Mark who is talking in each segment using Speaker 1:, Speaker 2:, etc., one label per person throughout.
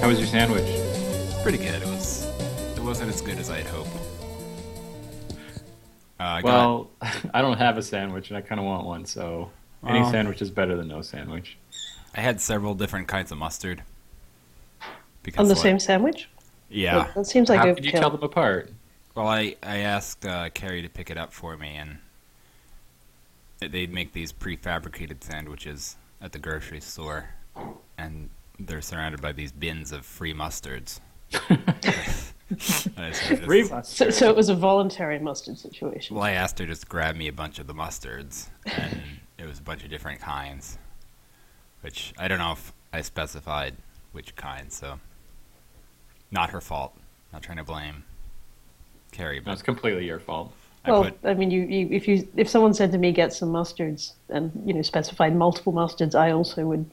Speaker 1: How was your sandwich?
Speaker 2: Pretty good. It was. It wasn't as good as I'd hoped. Uh, I got,
Speaker 1: well, I don't have a sandwich, and I kind of want one. So any
Speaker 2: Well.
Speaker 1: sandwich is better than no sandwich.
Speaker 2: I had several different kinds of mustard. Because
Speaker 3: on the
Speaker 2: what-
Speaker 3: same sandwich?
Speaker 2: Yeah.
Speaker 3: That, that seems like
Speaker 1: How
Speaker 3: a
Speaker 1: could you tell them apart?
Speaker 2: Well, I I asked uh, Carrie to pick it up for me, and they'd make these prefabricated sandwiches at the grocery store, and they're surrounded by these bins of free mustards. And I sort of just-
Speaker 3: So, so it was a voluntary mustard situation.
Speaker 2: Well, I asked her just to grab me a bunch of the mustards, and it was a bunch of different kinds, which I don't know if I specified which kind, so not her fault. Not trying to blame Carrie,
Speaker 1: No, it's
Speaker 2: but
Speaker 1: completely your fault.
Speaker 2: I
Speaker 3: well,
Speaker 2: put
Speaker 3: I mean, you, you if you if someone said to me, "Get some mustards," and you know specified multiple mustards, I also would.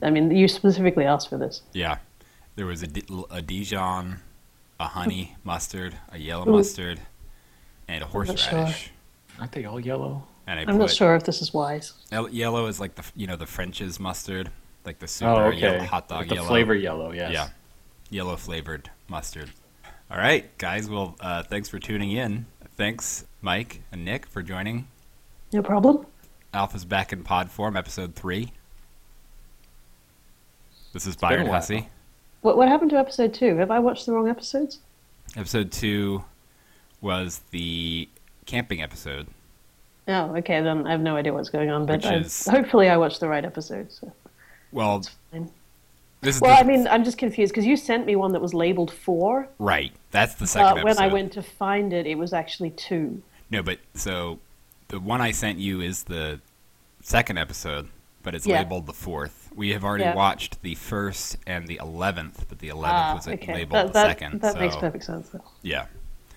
Speaker 3: I mean, you specifically asked for this.
Speaker 2: yeah. There was a, D- a Dijon, a honey mustard, a yellow
Speaker 3: Mm. Ooh.
Speaker 2: mustard, and a
Speaker 3: not sure.
Speaker 2: horseradish.
Speaker 1: Aren't they all yellow?
Speaker 2: And I
Speaker 3: I'm not
Speaker 2: put-
Speaker 3: sure if this is wise.
Speaker 2: Yel- Yellow is like the f- you know the French's mustard, like the super
Speaker 1: Oh,
Speaker 2: yellow
Speaker 1: okay.
Speaker 2: hot dog
Speaker 1: With the
Speaker 2: yellow.
Speaker 1: flavor yellow, yes.
Speaker 2: Yeah. Yellow flavored mustard. All right, guys. Well, uh, thanks for tuning in. Thanks, Mike and Nick, for joining.
Speaker 3: No problem.
Speaker 2: Alpha's back in pod form, episode three. This is
Speaker 1: been a
Speaker 2: Byron
Speaker 1: while.
Speaker 2: Hussey.
Speaker 3: What what happened to episode two? Have I watched the wrong episodes?
Speaker 2: Episode two was the camping episode.
Speaker 3: Oh, okay. Then I have no idea what's going on, but
Speaker 2: Which
Speaker 3: I,
Speaker 2: is-
Speaker 3: hopefully I watched the right episode. So.
Speaker 2: Well,
Speaker 3: fine.
Speaker 2: this is
Speaker 3: Well,
Speaker 2: the,
Speaker 3: I mean, I'm just confused because you sent me one that was labeled four.
Speaker 2: right. That's the second
Speaker 3: Uh,
Speaker 2: episode.
Speaker 3: when I went to find it, it was actually two.
Speaker 2: No, but so the one I sent you is the second episode, but it's
Speaker 3: Yeah.
Speaker 2: labeled the fourth. We have already
Speaker 3: Yeah.
Speaker 2: watched the first and the eleventh, but the eleventh
Speaker 3: Ah,
Speaker 2: was like,
Speaker 3: okay.
Speaker 2: labeled
Speaker 3: That,
Speaker 2: the
Speaker 3: that,
Speaker 2: second.
Speaker 3: that
Speaker 2: so
Speaker 3: makes perfect sense. though.
Speaker 2: yeah,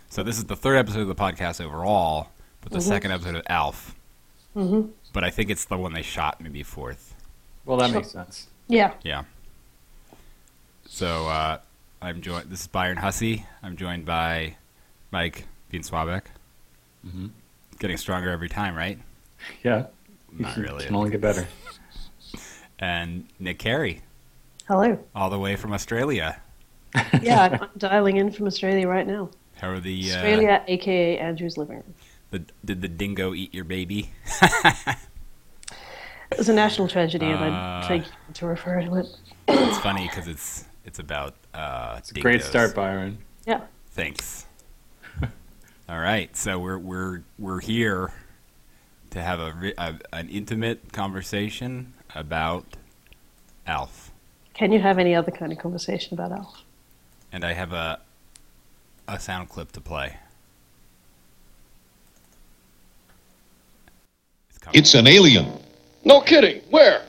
Speaker 2: so this is the third episode of the podcast overall, but
Speaker 3: Mm-hmm.
Speaker 2: the second episode of Alf.
Speaker 3: Mhm.
Speaker 2: But I think it's the one they shot maybe fourth.
Speaker 1: Well, that
Speaker 3: Sure.
Speaker 1: makes sense.
Speaker 3: Yeah.
Speaker 2: Yeah. So uh, I'm joined. This is Byron Hussey. I'm joined by Mike Beanswabek.
Speaker 1: Mhm.
Speaker 2: Getting stronger every time, right?
Speaker 1: Yeah.
Speaker 2: Not really.
Speaker 1: It can only get better.
Speaker 2: and Nick Carey,
Speaker 3: Hello.
Speaker 2: all the way from Australia.
Speaker 3: Yeah, I'm, I'm dialing in from Australia right now.
Speaker 2: How are the uh,
Speaker 3: Australia, aka Andrew's living room.
Speaker 2: The, did the dingo eat your baby?
Speaker 3: It was a national tragedy, and
Speaker 2: Uh,
Speaker 3: I'd take you to refer to it.
Speaker 2: It's funny because it's it's about uh,
Speaker 1: It's a great
Speaker 2: dingoes.
Speaker 1: start, Byron.
Speaker 3: Yeah.
Speaker 2: Thanks. all right, so we're we're we're here to have a, re- a an intimate conversation about Alf,
Speaker 3: Can you have any other kind of conversation about Alf?
Speaker 2: and I have a a sound clip to play. It's coming.
Speaker 4: It's an alien.
Speaker 5: No kidding. Where?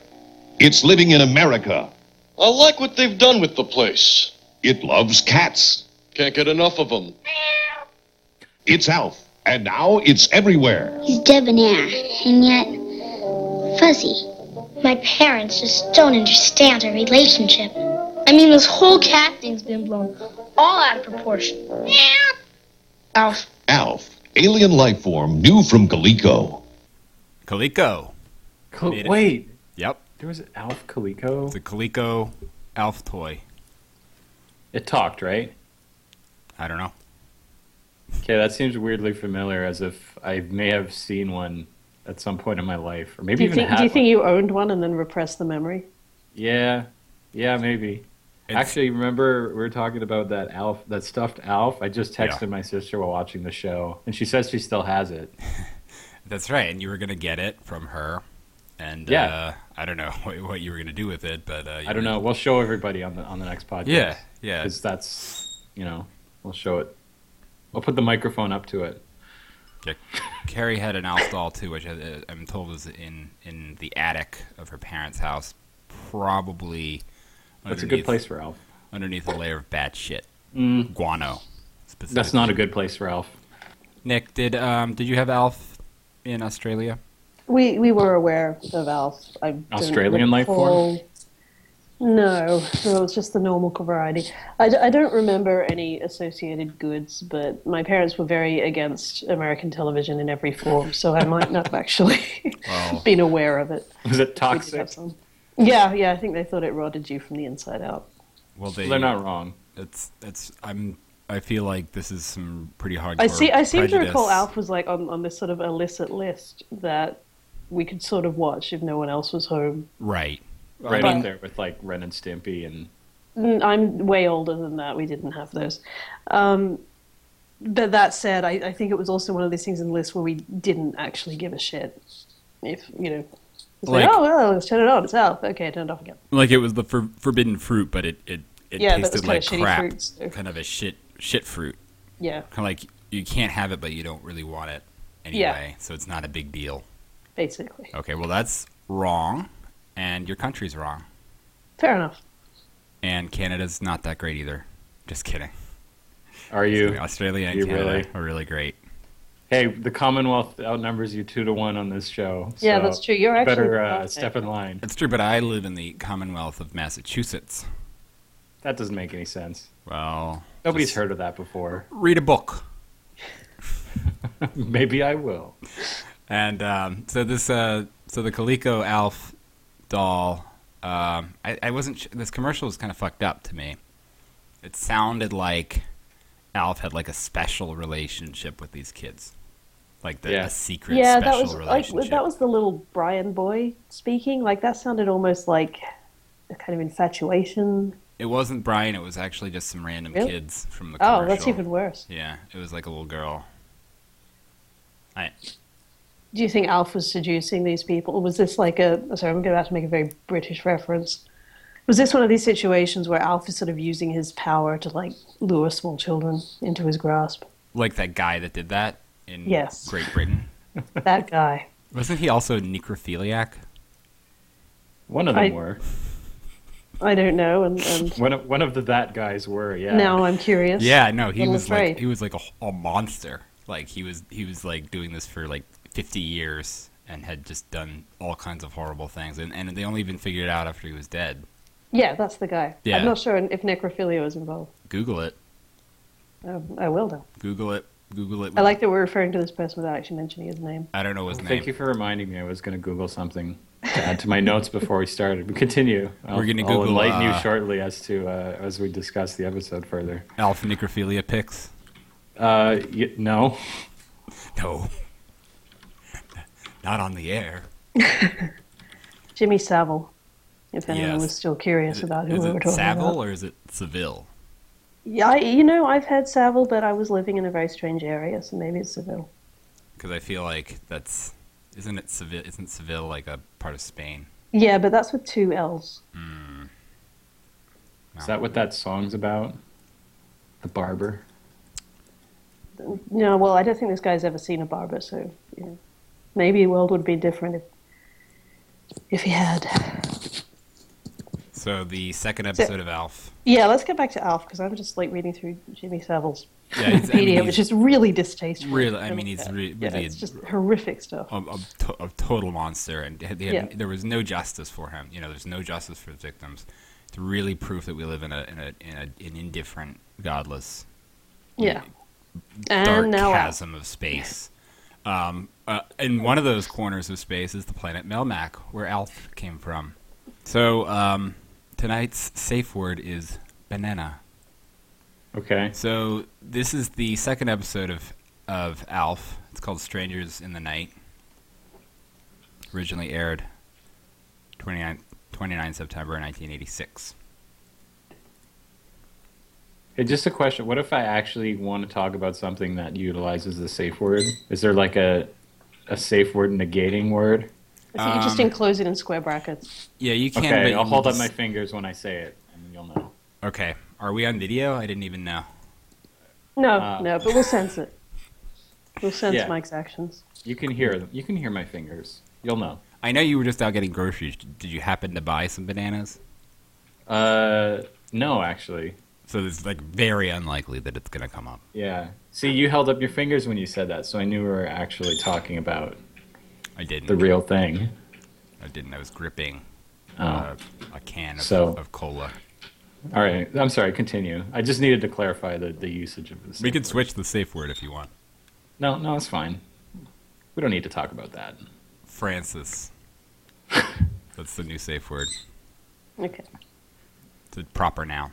Speaker 4: It's living in America.
Speaker 5: I like what they've done with the place.
Speaker 4: It loves cats.
Speaker 5: Can't get enough of them.
Speaker 4: It's Alf. And now it's everywhere.
Speaker 6: He's debonair and yet fuzzy. My parents just don't understand our relationship. I mean, this whole cat thing's been blown all out of proportion. Oh, Alf,
Speaker 4: Alf, alien life form new from Coleco.
Speaker 2: Coleco.
Speaker 1: Col-
Speaker 2: Made it.
Speaker 1: wait,
Speaker 2: Yep.
Speaker 1: there was Alf Coleco.
Speaker 2: It's a Coleco Alf toy.
Speaker 1: It talked, right?
Speaker 2: I don't know.
Speaker 1: Okay, that seems weirdly familiar, as if I may have seen one at some point in my life, or maybe
Speaker 3: Do you
Speaker 1: even
Speaker 3: think?
Speaker 1: had
Speaker 3: Do you think
Speaker 1: one.
Speaker 3: you owned one and then repressed the memory?
Speaker 1: Yeah, yeah, maybe.
Speaker 2: It's-
Speaker 1: Actually, remember we were talking about that Alf, that stuffed Alf. I just
Speaker 2: Yeah.
Speaker 1: texted my sister while watching the show, and she says she still has it.
Speaker 2: That's right. And you were gonna get it from her. And
Speaker 1: Yeah.
Speaker 2: uh, I don't know what, what you were gonna do with it, but uh, you
Speaker 1: I don't
Speaker 2: were-
Speaker 1: know. We'll show everybody on the on the next podcast.
Speaker 2: Yeah, yeah.
Speaker 1: because that's you know we'll show it. We'll put the microphone up to it.
Speaker 2: Yeah. Carrie had an Alf doll too, which I, uh, I'm told was in in the attic of her parents' house, probably.
Speaker 1: That's a
Speaker 2: underneath-
Speaker 1: good place for Alf.
Speaker 2: Underneath a layer of bad shit, guano. Specifically.
Speaker 1: That's not a good place for Alf.
Speaker 2: Nick, did um did you have Alf in Australia?
Speaker 3: We we were aware of Alf. I don't
Speaker 1: Australian life form?
Speaker 3: recall- No, no, it was just the normal variety. I, d- I don't remember any associated goods, but my parents were very against American television in every form, so I might not have actually
Speaker 2: Well-
Speaker 3: been aware of it.
Speaker 1: Was it
Speaker 3: We did
Speaker 1: toxic?
Speaker 3: have some. Yeah, yeah, I think they thought it rotted you from the inside out.
Speaker 2: Well, they,
Speaker 1: They're not wrong.
Speaker 2: It's it's. I'm. I feel like this is some pretty hard.
Speaker 3: I see. I seem to recall Alf was like on, on this sort of illicit list that we could sort of watch if no one else was home.
Speaker 2: Right.
Speaker 1: Right
Speaker 3: But-
Speaker 1: up there with like Ren and Stimpy and
Speaker 3: Mm, I'm way older than that. We didn't have those. Um, but that said, I, I think it was also one of these things in the list where we didn't actually give a shit. If you know, it's like,
Speaker 2: Like-
Speaker 3: oh well, let's turn it on. It's Alf. Okay, turn it off again.
Speaker 2: Like it was the for, forbidden fruit, but it it, it
Speaker 3: Yeah, but it was
Speaker 2: tasted
Speaker 3: kinda
Speaker 2: like
Speaker 3: shitty
Speaker 2: crap.
Speaker 3: fruit, so-
Speaker 2: Kind of a shit shit fruit.
Speaker 3: Yeah,
Speaker 2: Kind of like you can't have it, but you don't really want it anyway.
Speaker 3: Yeah.
Speaker 2: So it's not a big deal.
Speaker 3: basically.
Speaker 2: Okay. Well, that's wrong, and your country's wrong,
Speaker 3: Fair enough.
Speaker 2: and Canada's not that great either. Just kidding.
Speaker 1: are you?
Speaker 2: Australia and
Speaker 1: you
Speaker 2: Canada
Speaker 1: really-
Speaker 2: are really great.
Speaker 1: Hey, the Commonwealth outnumbers you two to one on this show.
Speaker 3: Yeah,
Speaker 1: so
Speaker 3: that's true. You're
Speaker 1: you
Speaker 3: actually
Speaker 1: better uh,
Speaker 3: right.
Speaker 1: step in line.
Speaker 2: That's true, but I live in the Commonwealth of Massachusetts.
Speaker 1: That doesn't make any sense.
Speaker 2: Well,
Speaker 1: Nobody's
Speaker 2: just
Speaker 1: heard of that before.
Speaker 2: Read a book.
Speaker 1: Maybe I will.
Speaker 2: And um, so this, uh, so the Coleco Alf doll, um, I, I wasn't. Sh- this commercial was kind of fucked up to me. It sounded like Alf had like a special relationship with these kids, like the
Speaker 1: Yeah.
Speaker 2: a secret
Speaker 3: Yeah,
Speaker 2: special
Speaker 3: that was like
Speaker 2: relationship.
Speaker 3: that was the little Brian boy speaking. Like that sounded almost like a kind of infatuation.
Speaker 2: It wasn't Brian. It was actually just some random
Speaker 3: Really?
Speaker 2: kids from the
Speaker 3: Oh,
Speaker 2: commercial.
Speaker 3: that's even worse.
Speaker 2: Yeah, it was like a little girl. I
Speaker 3: Do you think Alf was seducing these people? Or was this like a. Sorry, I'm going to have to make a very British reference. Was this one of these situations where Alf is sort of using his power to like lure small children into his grasp?
Speaker 2: like that guy that did that in
Speaker 3: Yes.
Speaker 2: Great Britain.
Speaker 3: That guy.
Speaker 2: Wasn't he also necrophiliac?
Speaker 1: One of them
Speaker 3: I-
Speaker 1: were.
Speaker 3: I don't know. And, and
Speaker 1: One of, one of the that guys were. Yeah.
Speaker 3: now I'm curious.
Speaker 2: Yeah, no, he
Speaker 3: Little
Speaker 2: was
Speaker 3: afraid.
Speaker 2: like he was like a, a monster. Like he was he was like doing this for like 50 years and had just done all kinds of horrible things and and they only even figured it out after he was dead.
Speaker 3: Yeah, that's the guy.
Speaker 2: Yeah.
Speaker 3: I'm not sure if necrophilia is involved.
Speaker 2: Google it.
Speaker 3: Um, I will, though.
Speaker 2: Google it. Google it.
Speaker 3: I like that we're referring to this person without actually mentioning his name.
Speaker 2: I don't know his name.
Speaker 1: Thank you for reminding me. I was going to Google something to add to my notes before we started. But Continue. I'll,
Speaker 2: We're gonna
Speaker 1: I'll
Speaker 2: Google,
Speaker 1: enlighten
Speaker 2: uh,
Speaker 1: you shortly as to uh, as we discuss the episode further.
Speaker 2: Alf necrophilia pics.
Speaker 1: Uh, y- no,
Speaker 2: No. Not on the air.
Speaker 3: Jimmy Savile, if anyone
Speaker 2: Yes.
Speaker 3: was still curious
Speaker 2: Is it,
Speaker 3: about who
Speaker 2: is
Speaker 3: we were
Speaker 2: it
Speaker 3: talking
Speaker 2: Saville
Speaker 3: about.
Speaker 2: or is it Seville?
Speaker 3: Yeah, I, you know, I've had Savile, but I was living in a very strange area, so maybe it's Seville.
Speaker 2: Because I feel like that's isn't it Seville? Isn't Seville like a part of Spain?
Speaker 3: Yeah, but that's with two L's.
Speaker 1: is that what that song's about? The barber.
Speaker 3: No, well, I don't think this guy's ever seen a barber, so you know, maybe the world would be different if if he had.
Speaker 2: So the second episode of Alf.
Speaker 3: Yeah, let's get back to Alf because I'm just like reading through Jimmy Savile's
Speaker 2: Yeah, he's, I mean,
Speaker 3: media,
Speaker 2: he's
Speaker 3: which is really distasteful.
Speaker 2: really. I mean, he's re-
Speaker 3: yeah,
Speaker 2: really
Speaker 3: it's just horrific stuff.
Speaker 2: a, a, to- a total monster, and they had- they had-
Speaker 3: Yeah.
Speaker 2: there was no justice for him. You know, there's no justice for the victims. It's really proof that we live in a in a in, a, an indifferent, godless,
Speaker 3: Yeah,
Speaker 2: dark
Speaker 3: and now Alf.
Speaker 2: chasm of space. Um, uh, and one of those corners of space is the planet Melmac, where Alf came from. So um, tonight's safe word is banana.
Speaker 1: Okay.
Speaker 2: So this is the second episode of of Alf. It's called Strangers in the Night. Originally aired 29, 29 September 1986.
Speaker 1: Hey, just a question. What if I actually want to talk about something that utilizes the safe word? Is there like a a safe word negating word?
Speaker 3: I think you
Speaker 2: Um,
Speaker 3: just enclose it in square brackets.
Speaker 2: Yeah, you can.
Speaker 1: Okay,
Speaker 2: but
Speaker 1: I'll
Speaker 2: you
Speaker 1: hold up
Speaker 2: just-
Speaker 1: my fingers when I say it, and you'll know.
Speaker 2: Okay, are we on video? I didn't even know.
Speaker 3: No,
Speaker 2: uh,
Speaker 1: Ah.
Speaker 3: no, but we'll sense it. We'll sense
Speaker 1: Yeah.
Speaker 3: Mike's actions.
Speaker 1: You can hear them. You can hear my fingers. You'll know.
Speaker 2: I know you were just out getting groceries. D- Did you happen to buy some bananas?
Speaker 1: Uh, no, actually,
Speaker 2: So it's like very unlikely that it's gonna come up.
Speaker 1: yeah. See, you held up your fingers when you said that, so I knew we were actually talking about
Speaker 2: I didn't.
Speaker 1: the real thing.
Speaker 2: I didn't. I was gripping
Speaker 1: Oh,
Speaker 2: uh, a can of,
Speaker 1: So-
Speaker 2: of cola.
Speaker 1: all right. I'm sorry. Continue. I just needed to clarify the, the usage of this.
Speaker 2: We could switch the safe word if you want.
Speaker 1: No, no, it's fine. We don't need to talk about that.
Speaker 2: Francis. That's the new safe word.
Speaker 3: Okay.
Speaker 2: It's a proper noun.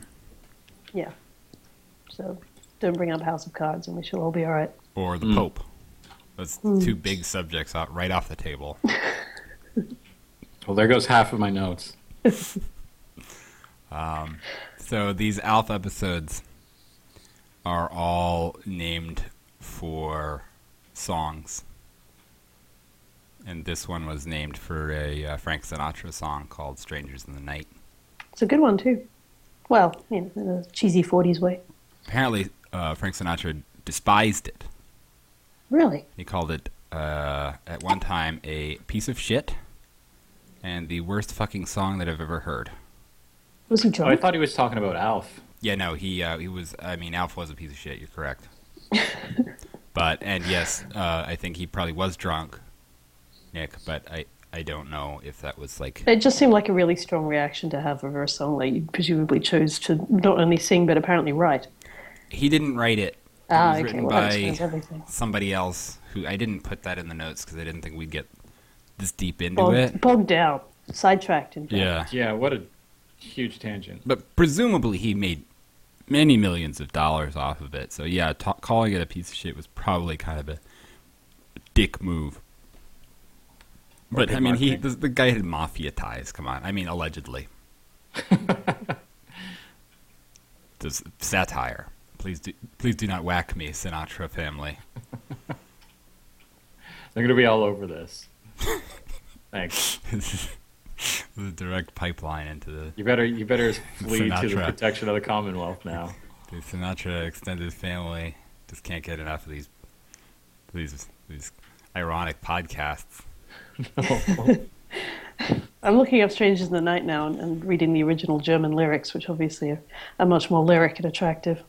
Speaker 3: Yeah. So don't bring up House of Cards and we shall all be all right.
Speaker 2: or the Pope. That's two big subjects out right off the table.
Speaker 1: Well, there goes half of my notes.
Speaker 2: So these alpha episodes are all named for songs. And this one was named for a uh, Frank Sinatra song called Strangers in the Night.
Speaker 3: It's a good one, too. Well, you know, in a cheesy 40s way.
Speaker 2: Apparently, uh, Frank Sinatra despised it.
Speaker 3: Really?
Speaker 2: He called it, uh, at one time, a piece of shit and the worst fucking song that I've ever heard.
Speaker 3: Was he
Speaker 1: Oh, I
Speaker 3: drunk?
Speaker 1: thought he was talking about Alf.
Speaker 2: Yeah, no, he uh, he was. I mean, Alf was a piece of shit. You're correct. but and yes, uh, I think he probably was drunk, Nick. But I I don't know if that was like
Speaker 3: It just seemed like a really strong reaction to have over a song that you presumably chose to not only sing but apparently write.
Speaker 2: he didn't write it. It
Speaker 3: Ah,
Speaker 2: was
Speaker 3: okay.
Speaker 2: written
Speaker 3: Well, that explains
Speaker 2: by
Speaker 3: everything.
Speaker 2: somebody else who I didn't put that in the notes because I didn't think we'd get this deep into it.
Speaker 3: Bogged, bogged down, sidetracked, in fact.
Speaker 2: Yeah,
Speaker 1: Yeah, what a huge tangent.
Speaker 2: but presumably he made many millions of dollars off of it. So yeah, ta calling it a piece of shit was probably kind of a dick move. But
Speaker 1: good
Speaker 2: I mean, he
Speaker 1: marketing.
Speaker 2: the, the guy had mafia ties. Come on, I mean, allegedly. Just satire. Please do, please do not whack me, Sinatra family.
Speaker 1: They're gonna be all over this. Thanks.
Speaker 2: the direct pipeline into the,
Speaker 1: You better you better flee to the
Speaker 2: Sinatra.
Speaker 1: protection of the Commonwealth now.
Speaker 2: the Sinatra extended family. Just can't get enough of these these these ironic podcasts.
Speaker 3: I'm looking up Strangers in the Night now and, and reading the original German lyrics, which obviously are, are much more lyric and attractive.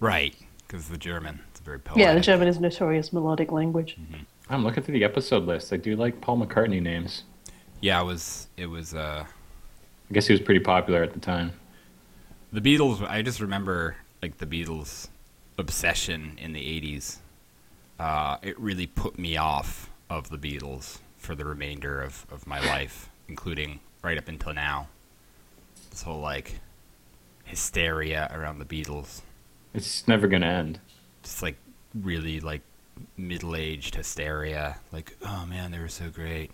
Speaker 2: Right, because the German. It's very poetic.
Speaker 3: Yeah, the German is notorious melodic language.
Speaker 1: I'm looking through the episode list. I do like Paul McCartney names.
Speaker 2: Yeah, it was. It was. Uh,
Speaker 1: I guess he was pretty popular at the time.
Speaker 2: the Beatles. I just remember like the Beatles' obsession in the '80s. Uh, it really put me off of the Beatles for the remainder of of my life, including right up until now. This whole like hysteria around the Beatles,
Speaker 1: It's never gonna end.
Speaker 2: just like really like middle-aged hysteria. Like, oh man, they were so great.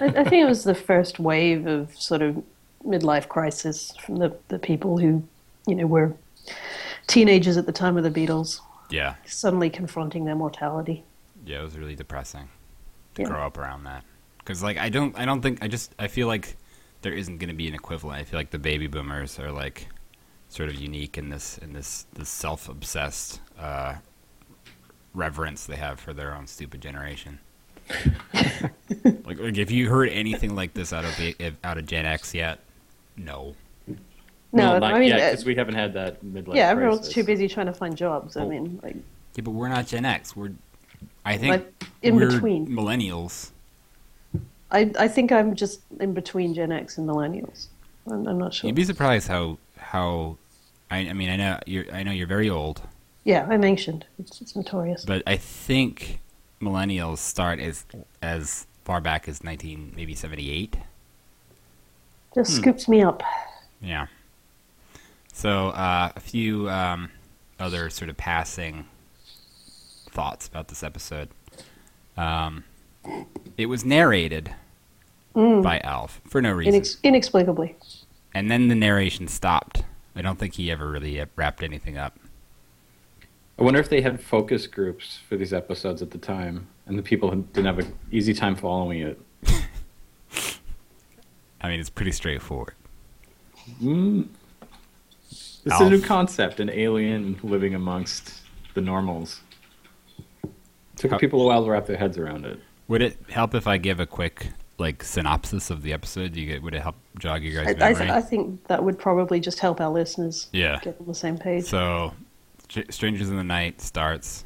Speaker 3: I, I think it was the first wave of sort of midlife crisis from the, the people who, you know, were teenagers at the time of the Beatles,
Speaker 2: Yeah,
Speaker 3: suddenly confronting their mortality.
Speaker 2: Yeah, it was really depressing to
Speaker 3: Yeah.
Speaker 2: grow up around that. Because like I don't, I don't think I just I feel like there isn't going to be an equivalent. I feel like the baby boomers are like sort of unique in this in this this self obsessed uh, reverence they have for their own stupid generation. like, like if you heard anything like this out of the out of Gen X yet, no.
Speaker 3: No,
Speaker 1: not
Speaker 3: I mean,
Speaker 1: yet,
Speaker 3: uh,
Speaker 1: 'cause we haven't had that midlife.
Speaker 3: yeah, everyone's
Speaker 1: crisis.
Speaker 3: too busy trying to find jobs. I
Speaker 2: Oh.
Speaker 3: mean, like,
Speaker 2: Yeah, but we're not Gen X. We're I think
Speaker 3: Like, in
Speaker 2: we're
Speaker 3: between.
Speaker 2: millennials.
Speaker 3: I, I think I'm just in between Gen X and millennials. I'm, I'm not sure.
Speaker 2: You'd be surprised how how I, I mean I know you're I know you're very old,
Speaker 3: Yeah, I'm ancient. It's, it's notorious.
Speaker 2: but I think millennials start as as far back as nineteen maybe seventy eight.
Speaker 3: just
Speaker 2: hmm.
Speaker 3: scoops me up.
Speaker 2: Yeah. So uh, a few um, other sort of passing thoughts about this episode. Um, it was narrated
Speaker 3: Mm.
Speaker 2: by Alf for no reason,
Speaker 3: Inex- inexplicably.
Speaker 2: and then the narration stopped. I don't think he ever really uh, wrapped anything up.
Speaker 1: I wonder if they had focus groups for these episodes at the time, and the people didn't have an easy time following it.
Speaker 2: I mean, it's pretty straightforward.
Speaker 1: This is a new
Speaker 2: Alf.
Speaker 1: concept: an alien living amongst the normals. Took
Speaker 2: How-
Speaker 1: people a while to wrap their heads around it.
Speaker 2: Would it help if I give a quick like synopsis of the episode? Do you get, would it help jog your
Speaker 3: I,
Speaker 2: guys'
Speaker 3: I,
Speaker 2: memory?
Speaker 3: I think that would probably just help our listeners
Speaker 2: yeah.
Speaker 3: get on the same page.
Speaker 2: So, Str- Strangers in the Night starts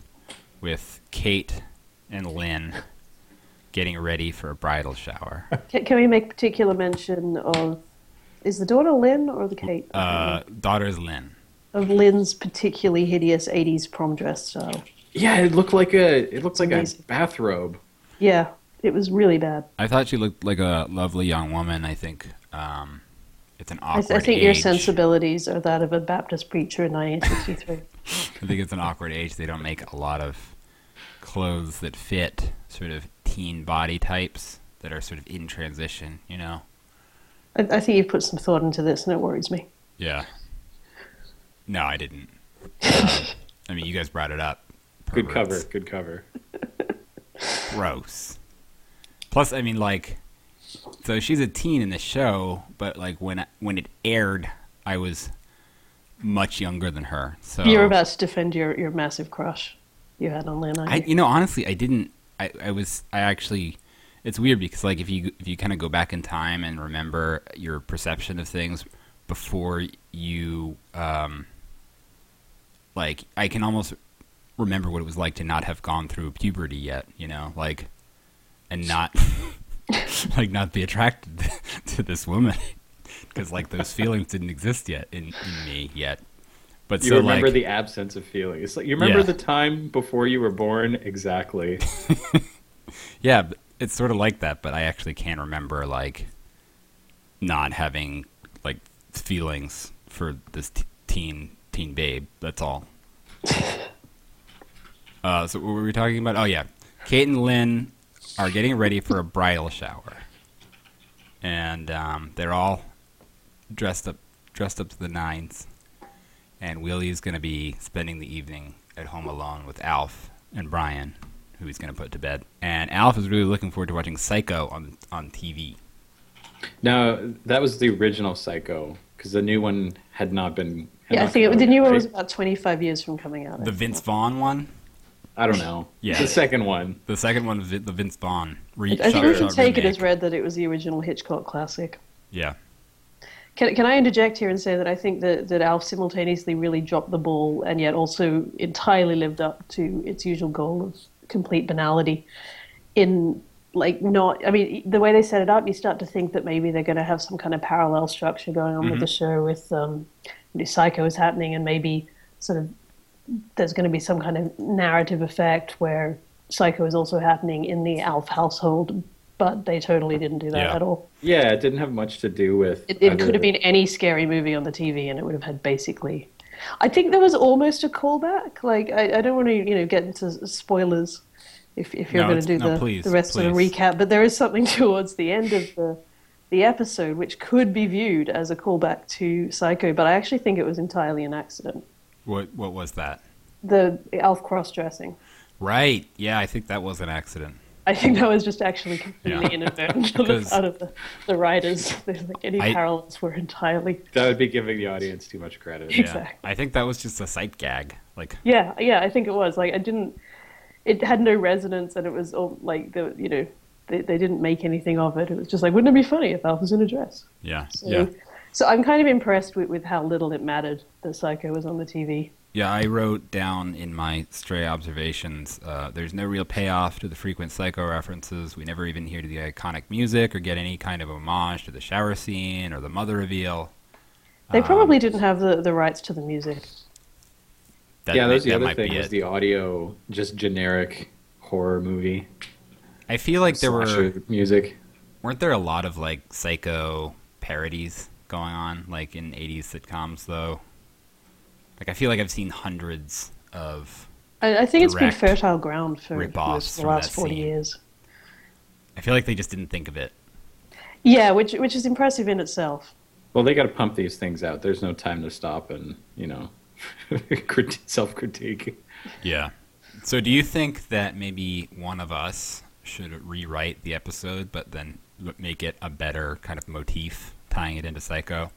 Speaker 2: with Kate and Lynn getting ready for a bridal shower.
Speaker 3: Can, can we make particular mention of is the daughter Lynn or the Kate
Speaker 2: Uh, daughter's Lynn.
Speaker 3: of Lynn's particularly hideous '80s prom dress style?
Speaker 1: Yeah, it looked like a it looked like a
Speaker 3: Amazing.
Speaker 1: bathrobe.
Speaker 3: Yeah, it was really bad.
Speaker 2: I thought she looked like a lovely young woman. I think um, It's an
Speaker 3: I, I
Speaker 2: awkward.
Speaker 3: think your
Speaker 2: age.
Speaker 3: sensibilities are that of a Baptist preacher in 1963.
Speaker 2: I think it's an awkward age. They don't make a lot of clothes that fit sort of teen body types that are sort of in transition. You know.
Speaker 3: I, I think you've put some thought into this, and it worries me.
Speaker 2: Yeah. No, I didn't. Um, I mean, you guys brought it up.
Speaker 1: Good cover.
Speaker 2: Perverts.
Speaker 1: Good cover.
Speaker 2: Gross. Plus, I mean, like, so she's a teen in the show, but like when when it aired, I was much younger than her. So
Speaker 3: You're about to defend your, your massive crush you had on Leonine.
Speaker 2: I, you know, honestly, I didn't. I, I was. I actually. It's weird because like if you if you kind of go back in time and remember your perception of things before you, um, like I can almost remember what it was like to not have gone through puberty yet. You know, like and not like not be attracted to this woman because like those feelings didn't exist yet in, in me yet. But
Speaker 1: You
Speaker 2: so
Speaker 1: remember
Speaker 2: like
Speaker 1: the absence of feeling. It's like you remember
Speaker 2: Yeah.
Speaker 1: the time before you were born exactly.
Speaker 2: Yeah, b- it's sort of like that, but I actually can't remember like not having like feelings for this t- teen teen babe. That's all. uh, so what were we talking about? Oh yeah, Kate and Lynn are getting ready for a bridal shower, and um, they're all dressed up dressed up to the nines. And Willie's going to be spending the evening at home alone with Alf and Brian, who he's going to put to bed. And Alf is really looking forward to watching Psycho on on TV.
Speaker 1: No, that was the original Psycho because the new one had not been. had
Speaker 3: yeah, I
Speaker 1: not
Speaker 3: think
Speaker 1: come
Speaker 3: it, the
Speaker 1: out,
Speaker 3: new one
Speaker 1: right?
Speaker 3: was about 25 years from coming out.
Speaker 2: The Vince Vaughn one,
Speaker 1: I don't know.
Speaker 2: Yeah.
Speaker 1: the second one.
Speaker 2: the second one, Vi- the Vince Vaughn. Re-
Speaker 3: I think
Speaker 2: shot-
Speaker 3: we should
Speaker 2: shot
Speaker 3: take it
Speaker 2: remake.
Speaker 3: as read that it was the original Hitchcock classic.
Speaker 2: yeah.
Speaker 3: Can, can I interject here and say that I think that, that Alf simultaneously really dropped the ball and yet also entirely lived up to its usual goal of complete banality in like not I mean the way they set it up you start to think that maybe they're going to have some kind of parallel structure going on with the show with um, you know, Psycho is happening and maybe sort of there's going to be some kind of narrative effect where Psycho is also happening in the Alf household but they totally didn't do that
Speaker 2: Yeah.
Speaker 3: at all.
Speaker 1: Yeah, it didn't have much to do with.
Speaker 3: It, it
Speaker 1: other-
Speaker 3: could have been any scary movie on the TV, and it would have had basically. I think there was almost a callback. Like I, I don't want to, you know, get into s- spoilers if, if you're
Speaker 2: No,
Speaker 3: going
Speaker 2: it's-
Speaker 3: to do
Speaker 2: no,
Speaker 3: the,
Speaker 2: please,
Speaker 3: the rest of the
Speaker 2: please.
Speaker 3: recap, but there is something towards the end of the the episode which could be viewed as a callback to Psycho, but I actually think it was entirely an accident.
Speaker 2: What what was that?
Speaker 3: The, the Alf cross dressing.
Speaker 2: Right. Yeah, I think that was an accident.
Speaker 3: I think that was just actually completely
Speaker 2: Yeah.
Speaker 3: inadvertent on the
Speaker 2: Because-
Speaker 3: part of the, the writers. There's like any
Speaker 2: I-
Speaker 3: parallels were entirely
Speaker 1: That would be giving the audience too much credit.
Speaker 2: Yeah.
Speaker 3: Exactly.
Speaker 2: I think that was just a sight gag. Like
Speaker 3: Yeah, yeah, I think it was. Like, I didn't. It had no resonance, and it was all like the you know they, they didn't make anything of it. It was just like, wouldn't it be funny if Alf was in a dress?
Speaker 2: yeah.
Speaker 3: So,
Speaker 2: Yeah.
Speaker 3: So I'm kind of impressed with, with how little it mattered that Psycho was on the TV.
Speaker 2: Yeah, I wrote down in my stray observations uh, there's no real payoff to the frequent psycho references. We never even hear the iconic music or get any kind of homage to the shower scene or the mother reveal. Um,
Speaker 3: They probably didn't have the, the rights to the music.
Speaker 2: That,
Speaker 1: yeah, that was
Speaker 2: that
Speaker 1: the other
Speaker 2: might
Speaker 1: thing
Speaker 2: be
Speaker 1: was
Speaker 2: it.
Speaker 1: the audio, just generic horror movie
Speaker 2: I feel like there were
Speaker 1: slasher music.
Speaker 2: weren't there a lot of like psycho parodies going on like in 80s sitcoms though. Like I feel like I've seen hundreds of
Speaker 3: I, I think it's been
Speaker 2: Direct
Speaker 3: fertile ground for
Speaker 2: rip-offs
Speaker 3: the
Speaker 2: from
Speaker 3: last
Speaker 2: that
Speaker 3: forty
Speaker 2: scene.
Speaker 3: years.
Speaker 2: I feel like they just didn't think of it.
Speaker 3: Yeah, which which is impressive in itself.
Speaker 1: Well, they got to pump these things out. There's no time to stop and you know, crit- self critique.
Speaker 2: Yeah. So do you think that maybe one of us should rewrite the episode, but then l- make it a better kind of motif, tying it into Psycho?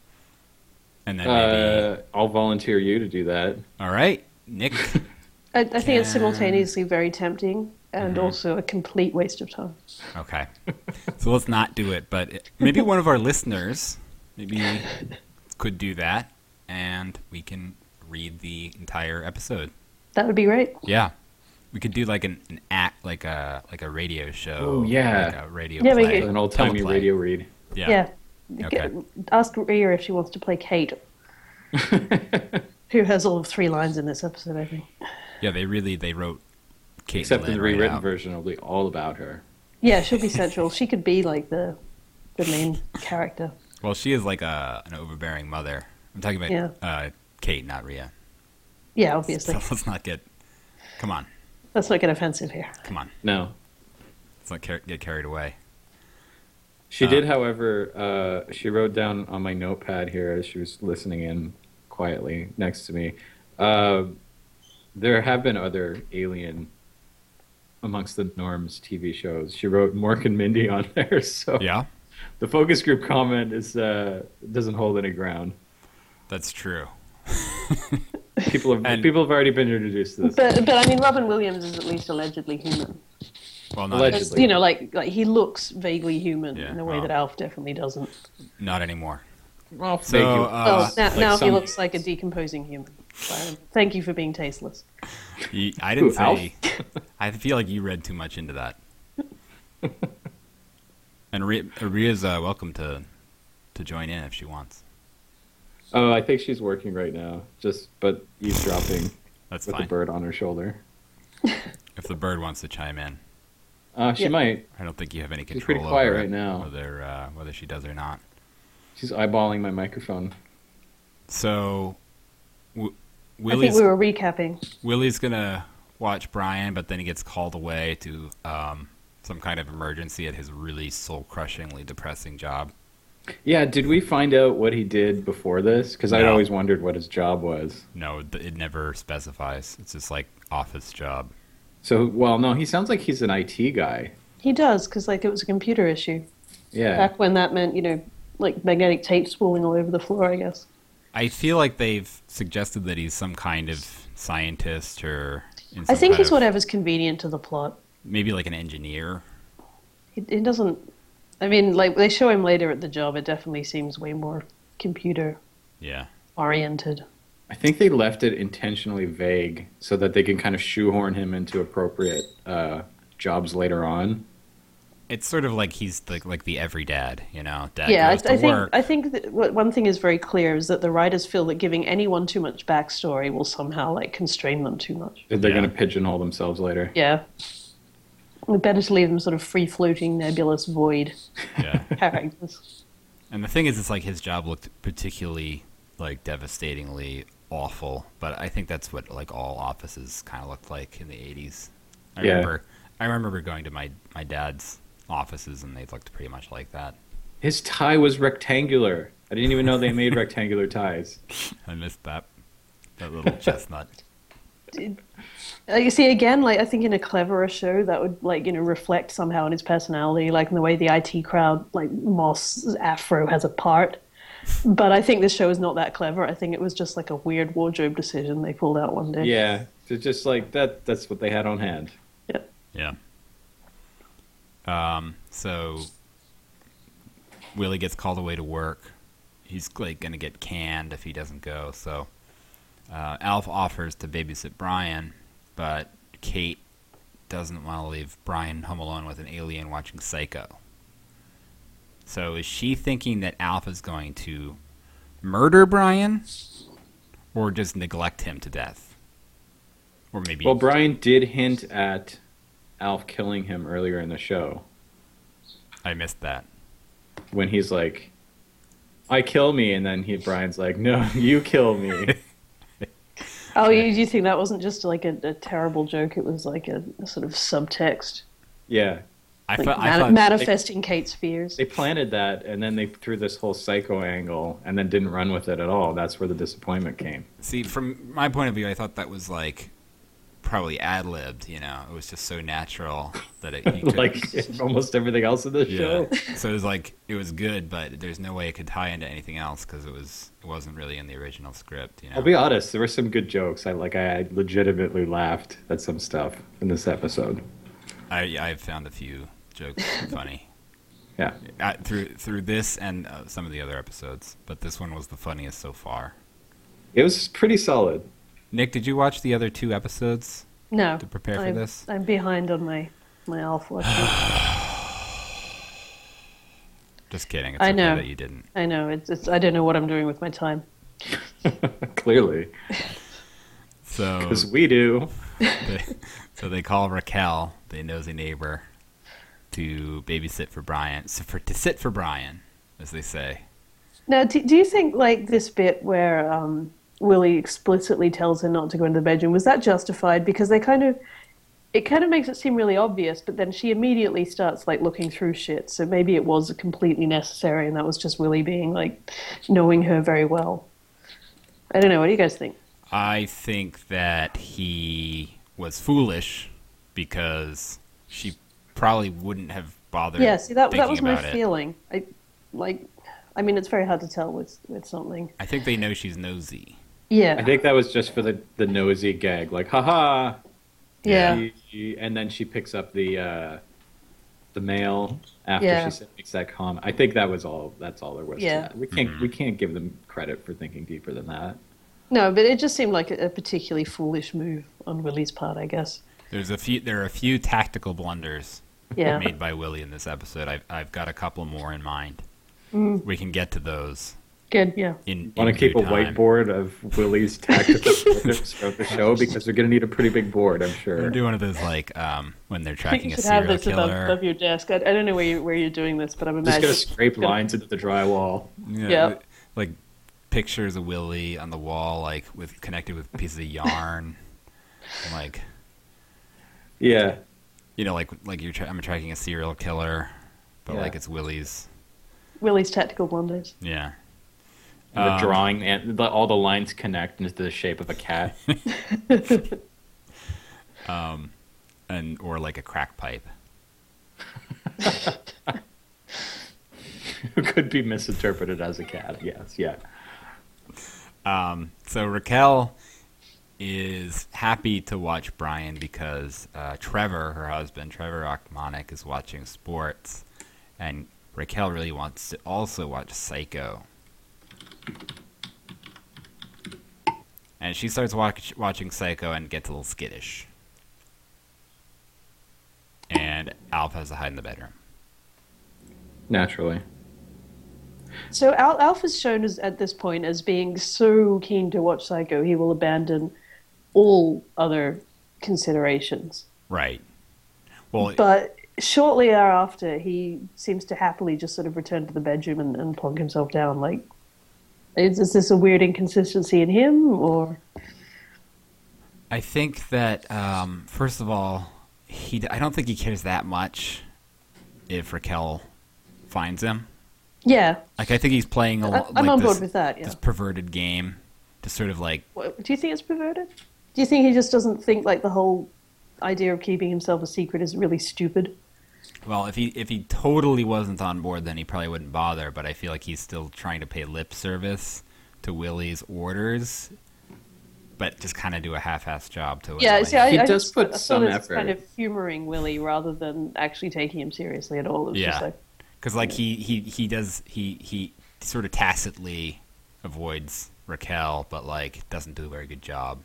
Speaker 2: And then maybe,
Speaker 1: Uh, I'll volunteer you to do that.
Speaker 2: all right, Nick.
Speaker 3: I, I think it's
Speaker 2: Yeah. Mm-hmm.
Speaker 3: simultaneously very tempting and also a complete waste of time.
Speaker 2: okay. So let's not do it, but it- maybe one of our listeners maybe could do that, and we can read the entire episode.
Speaker 3: That would be great.
Speaker 2: Yeah. We could do like an, an act, like a like a radio show.
Speaker 1: Oh, yeah.
Speaker 2: like a radio
Speaker 3: Yeah, we
Speaker 2: play.
Speaker 3: could-
Speaker 1: An old timey
Speaker 2: teleplay.
Speaker 1: radio read.
Speaker 3: Yeah.
Speaker 2: Okay.
Speaker 3: G- Ask Rhea if she wants to play Kate, who has all of three lines in this episode, I think.
Speaker 2: Yeah, they really they wrote Kate
Speaker 1: Except in
Speaker 2: Lynn
Speaker 1: the
Speaker 2: right
Speaker 1: rewritten
Speaker 2: out.
Speaker 1: version, it'll be all about her.
Speaker 3: Yeah, she'll be central. She could be like the the main character.
Speaker 2: Well, she is like a an overbearing mother. I'm talking about
Speaker 3: Yeah.
Speaker 2: uh, Kate, not Rhea.
Speaker 3: Yeah, obviously.
Speaker 2: So let's not get. Come on,
Speaker 3: Let's not get offensive here.
Speaker 2: come on.
Speaker 1: No,
Speaker 2: Let's not car- get carried away.
Speaker 1: She did, however, uh, she wrote down on my notepad here as she was listening in quietly next to me. Uh, there have been other alien amongst the norms TV shows. She wrote Mork and Mindy on there, so
Speaker 2: Yeah,
Speaker 1: the focus group comment is uh, doesn't hold any ground.
Speaker 2: that's true.
Speaker 1: People have
Speaker 2: And-
Speaker 1: people have already been introduced to this.
Speaker 3: But, but I mean, Robin Williams is at least allegedly human.
Speaker 2: Well, not
Speaker 1: Alleged-
Speaker 3: It's,
Speaker 1: Allegedly.
Speaker 3: you know, like, like he looks vaguely human
Speaker 2: Yeah,
Speaker 3: in a way
Speaker 2: well.
Speaker 3: that Alf definitely doesn't.
Speaker 2: not anymore.
Speaker 1: Well,
Speaker 2: So uh,
Speaker 3: oh, now,
Speaker 1: like
Speaker 3: now he
Speaker 1: some-
Speaker 3: looks like a decomposing human. Thank you for being tasteless.
Speaker 2: you, I didn't
Speaker 1: Who, Alf?
Speaker 2: say. I feel like you read too much into that. And Rhea, Rhea's uh, welcome to to join in if she wants.
Speaker 1: oh, I think she's working right now, just but eavesdropping
Speaker 2: That's
Speaker 1: with a
Speaker 2: fine.
Speaker 1: bird on her shoulder.
Speaker 2: If the bird wants to chime in,
Speaker 1: Uh, she
Speaker 3: Yeah.
Speaker 1: might.
Speaker 2: I don't think you have any control
Speaker 1: She's pretty
Speaker 2: over
Speaker 1: quiet
Speaker 2: it,
Speaker 1: right now.
Speaker 2: whether uh, whether she does or not.
Speaker 1: She's eyeballing my microphone.
Speaker 2: So, w-
Speaker 3: I
Speaker 2: Willie's
Speaker 3: think we were recapping.
Speaker 2: Willie's gonna watch Brian, but then he gets called away to um, some kind of emergency at his really soul-crushingly depressing job.
Speaker 1: Yeah, did we find out what he did before this? Because I'd
Speaker 2: No.
Speaker 1: always wondered what his job was.
Speaker 2: No, th- it never specifies. It's just like office job.
Speaker 1: So, well, no, he sounds like he's an IT guy.
Speaker 3: He does, because like it was a computer issue
Speaker 1: Yeah.
Speaker 3: back when that meant, you know, like magnetic tape spooling all over the floor. I guess.
Speaker 2: I feel like they've suggested that he's some kind of scientist or. in
Speaker 3: I
Speaker 2: some
Speaker 3: think
Speaker 2: kind
Speaker 3: he's
Speaker 2: of-
Speaker 3: whatever's convenient to the plot.
Speaker 2: Maybe like an engineer.
Speaker 3: It, it doesn't. I mean, like they show him later at the job. It definitely seems way more computer
Speaker 2: Yeah.
Speaker 3: oriented.
Speaker 1: I think they left it intentionally vague so that they can kind of shoehorn him into appropriate uh, jobs later on.
Speaker 2: It's sort of like he's like like the every dad, you know. Dad
Speaker 3: yeah, I,
Speaker 2: goes to
Speaker 3: I think
Speaker 2: work.
Speaker 3: I think that what, one thing is very clear is that the writers feel that giving anyone too much backstory will somehow like constrain them too much.
Speaker 1: They're
Speaker 2: Yeah.
Speaker 1: going to pigeonhole themselves later.
Speaker 3: Yeah. Better to leave them sort of free floating, nebulous, void
Speaker 2: yeah.
Speaker 3: characters.
Speaker 2: And the thing is, it's like his job looked particularly like devastatingly awful. But I think that's what like all offices kind of looked like in the '80s. I
Speaker 1: Yeah.
Speaker 2: remember, I remember going to my my dad's offices, and they looked pretty much like that.
Speaker 1: His tie was rectangular. I didn't even know they made rectangular ties.
Speaker 2: I missed that that little chestnut.
Speaker 3: Uh, you see, again, like I think in a cleverer show that would like you know reflect somehow on his personality, like in the way the IT crowd, like Moss's afro has a part. But I think this show is not that clever. I think it was just like a weird wardrobe decision they pulled out one day.
Speaker 1: Yeah, they're just like that. That's what they had on hand.
Speaker 2: Yeah. Um. So Willie gets called away to work. He's like gonna get canned if he doesn't go. So uh, Alf offers to babysit Brian, but Kate doesn't want to leave Brian home alone with an alien watching Psycho. So is she thinking that Alf is going to murder Brian, or just neglect him to death, or maybe
Speaker 1: Well, Brian did hint at Alf killing him earlier in the show.
Speaker 2: I missed that.
Speaker 1: when he's like, "I kill me," and then he Brian's like, "No, you kill me."
Speaker 3: Oh, you, you think that wasn't just like a, a terrible joke? It was like a, a sort of subtext,
Speaker 1: yeah,
Speaker 2: I,
Speaker 3: like
Speaker 2: fe- I
Speaker 3: mani-
Speaker 2: thought
Speaker 3: manifesting Kate's fears.
Speaker 1: they planted that, and then they threw this whole psycho angle, and then didn't run with it at all. That's where the disappointment came.
Speaker 2: See, from my point of view, I thought that was like probably ad libbed. You know, it was just so natural that it you could,
Speaker 1: like almost everything else in the
Speaker 2: yeah.
Speaker 1: show.
Speaker 2: so it was like it was good, but there's no way it could tie into anything else because it was it wasn't really in the original script. You know,
Speaker 1: I'll be honest, there were some good jokes. I like, I legitimately laughed at some stuff in this episode.
Speaker 2: I I've found a few jokes funny
Speaker 1: Yeah,
Speaker 2: uh, through through this and uh, some of the other episodes, but this one was the funniest so far.
Speaker 1: it was pretty solid.
Speaker 2: Nick, did you watch the other two episodes?
Speaker 3: no,
Speaker 2: to prepare for
Speaker 3: I'm,
Speaker 2: this?
Speaker 3: I'm behind on my my Alf watching.
Speaker 2: Just kidding. It's
Speaker 3: I
Speaker 2: okay
Speaker 3: know.
Speaker 2: that you didn't.
Speaker 3: I know it's, it's I don't know what I'm doing with my time.
Speaker 1: Clearly,
Speaker 2: So
Speaker 1: because we do.
Speaker 2: They- so they call Raquel, the nosy neighbor, to babysit for Brian, so for to sit for Brian, as they say.
Speaker 3: Now, do, do you think like this bit where um, Willie explicitly tells her not to go into the bedroom was that justified? Because they kind of, it kind of makes it seem really obvious, but then she immediately starts like looking through shit. So maybe it was completely necessary, and that was just Willie being like knowing her very well. I don't know. What do you guys think?
Speaker 2: I think that he was foolish because she probably wouldn't have bothered.
Speaker 3: Yeah, see that that
Speaker 2: thinking
Speaker 3: was my
Speaker 2: about it.
Speaker 3: feeling. I like, I mean, it's very hard to tell with with something.
Speaker 2: I think they know she's nosy.
Speaker 3: Yeah,
Speaker 1: I think that was just for the, the nosy gag, like haha.
Speaker 3: yeah.
Speaker 1: She- and then she picks up the uh, the mail after
Speaker 3: Yeah.
Speaker 1: she sa- makes that comment. I think that was all. That's all there was. To
Speaker 3: Yeah.
Speaker 1: that. We can't we can't give them credit for thinking deeper than that.
Speaker 3: No, but it just seemed like a, a particularly foolish move on Willie's part, I guess.
Speaker 2: There's a few. There are a few tactical blunders
Speaker 3: Yeah.
Speaker 2: made by Willie in this episode. I've I've got a couple more in mind.
Speaker 3: Mm.
Speaker 2: We can get to those.
Speaker 3: Good. Yeah.
Speaker 2: In
Speaker 1: Want
Speaker 2: in
Speaker 1: to keep
Speaker 2: due
Speaker 1: a
Speaker 2: time.
Speaker 1: whiteboard of Willie's tactical tips throughout the show because they're going to need a pretty big board, I'm
Speaker 2: We're
Speaker 1: sure.
Speaker 2: doing one of those like um, when they're
Speaker 3: I think
Speaker 2: tracking
Speaker 3: you
Speaker 2: a
Speaker 3: should have
Speaker 2: serial
Speaker 3: this above,
Speaker 2: killer.
Speaker 3: above your desk. I, I don't know where, you, where you're doing this, but I'm
Speaker 1: Just
Speaker 3: imagining.
Speaker 1: going to scrape lines into the drywall.
Speaker 2: Yeah,
Speaker 3: Yeah.
Speaker 2: Like pictures of Willie on the wall, like with connected with pieces of yarn, and, like
Speaker 1: Yeah.
Speaker 2: you know, like like you're tra- I'm tracking a serial killer, but
Speaker 1: Yeah.
Speaker 2: like it's Willie's.
Speaker 3: Willie's tactical blunders.
Speaker 2: Yeah.
Speaker 1: And the
Speaker 2: Um,
Speaker 1: drawing and the, all the lines connect into the shape of a cat.
Speaker 2: and or like a crack pipe.
Speaker 1: Who could be misinterpreted as a cat? Yes. Yeah.
Speaker 2: Um, So Raquel is happy to watch Brian because uh, Trevor, her husband, Trevor Akmonic, is watching sports, and Raquel really wants to also watch Psycho. And she starts watch, watching Psycho and gets a little skittish. And Alf has to hide in the bedroom.
Speaker 1: Naturally.
Speaker 3: So Al- Alf is shown as, at this point as being so keen to watch Psycho, he will abandon all other considerations.
Speaker 2: Right. Well,
Speaker 3: But shortly thereafter, he seems to happily just sort of return to the bedroom and, and plonk himself down. Like, is, is this a weird inconsistency in him, or
Speaker 2: I think that um, first of all, he I don't think he cares that much if Raquel finds him.
Speaker 3: yeah?
Speaker 2: Like I think he's playing a
Speaker 3: I,
Speaker 2: lo-
Speaker 3: I'm
Speaker 2: like
Speaker 3: on
Speaker 2: this,
Speaker 3: board with that. Yeah.
Speaker 2: this perverted game to sort of like
Speaker 3: What- Do you think it's perverted? Do you think he just doesn't think like the whole idea of keeping himself a secret is really stupid?
Speaker 2: well if he if he totally wasn't on board then he probably wouldn't bother. But I feel like he's still trying to pay lip service to Willie's orders, but just kind of do a half-assed job to it.
Speaker 3: Yeah,
Speaker 2: like-
Speaker 3: see, I,
Speaker 1: He
Speaker 3: I
Speaker 1: does
Speaker 3: just,
Speaker 1: put
Speaker 3: I thought
Speaker 1: some
Speaker 3: it was
Speaker 1: effort.
Speaker 3: Kind of humoring Willie rather than actually taking him seriously at all. It was just
Speaker 2: Yeah.
Speaker 3: like,
Speaker 2: because like he, he he does he he sort of tacitly avoids Raquel, but like doesn't do a very good job.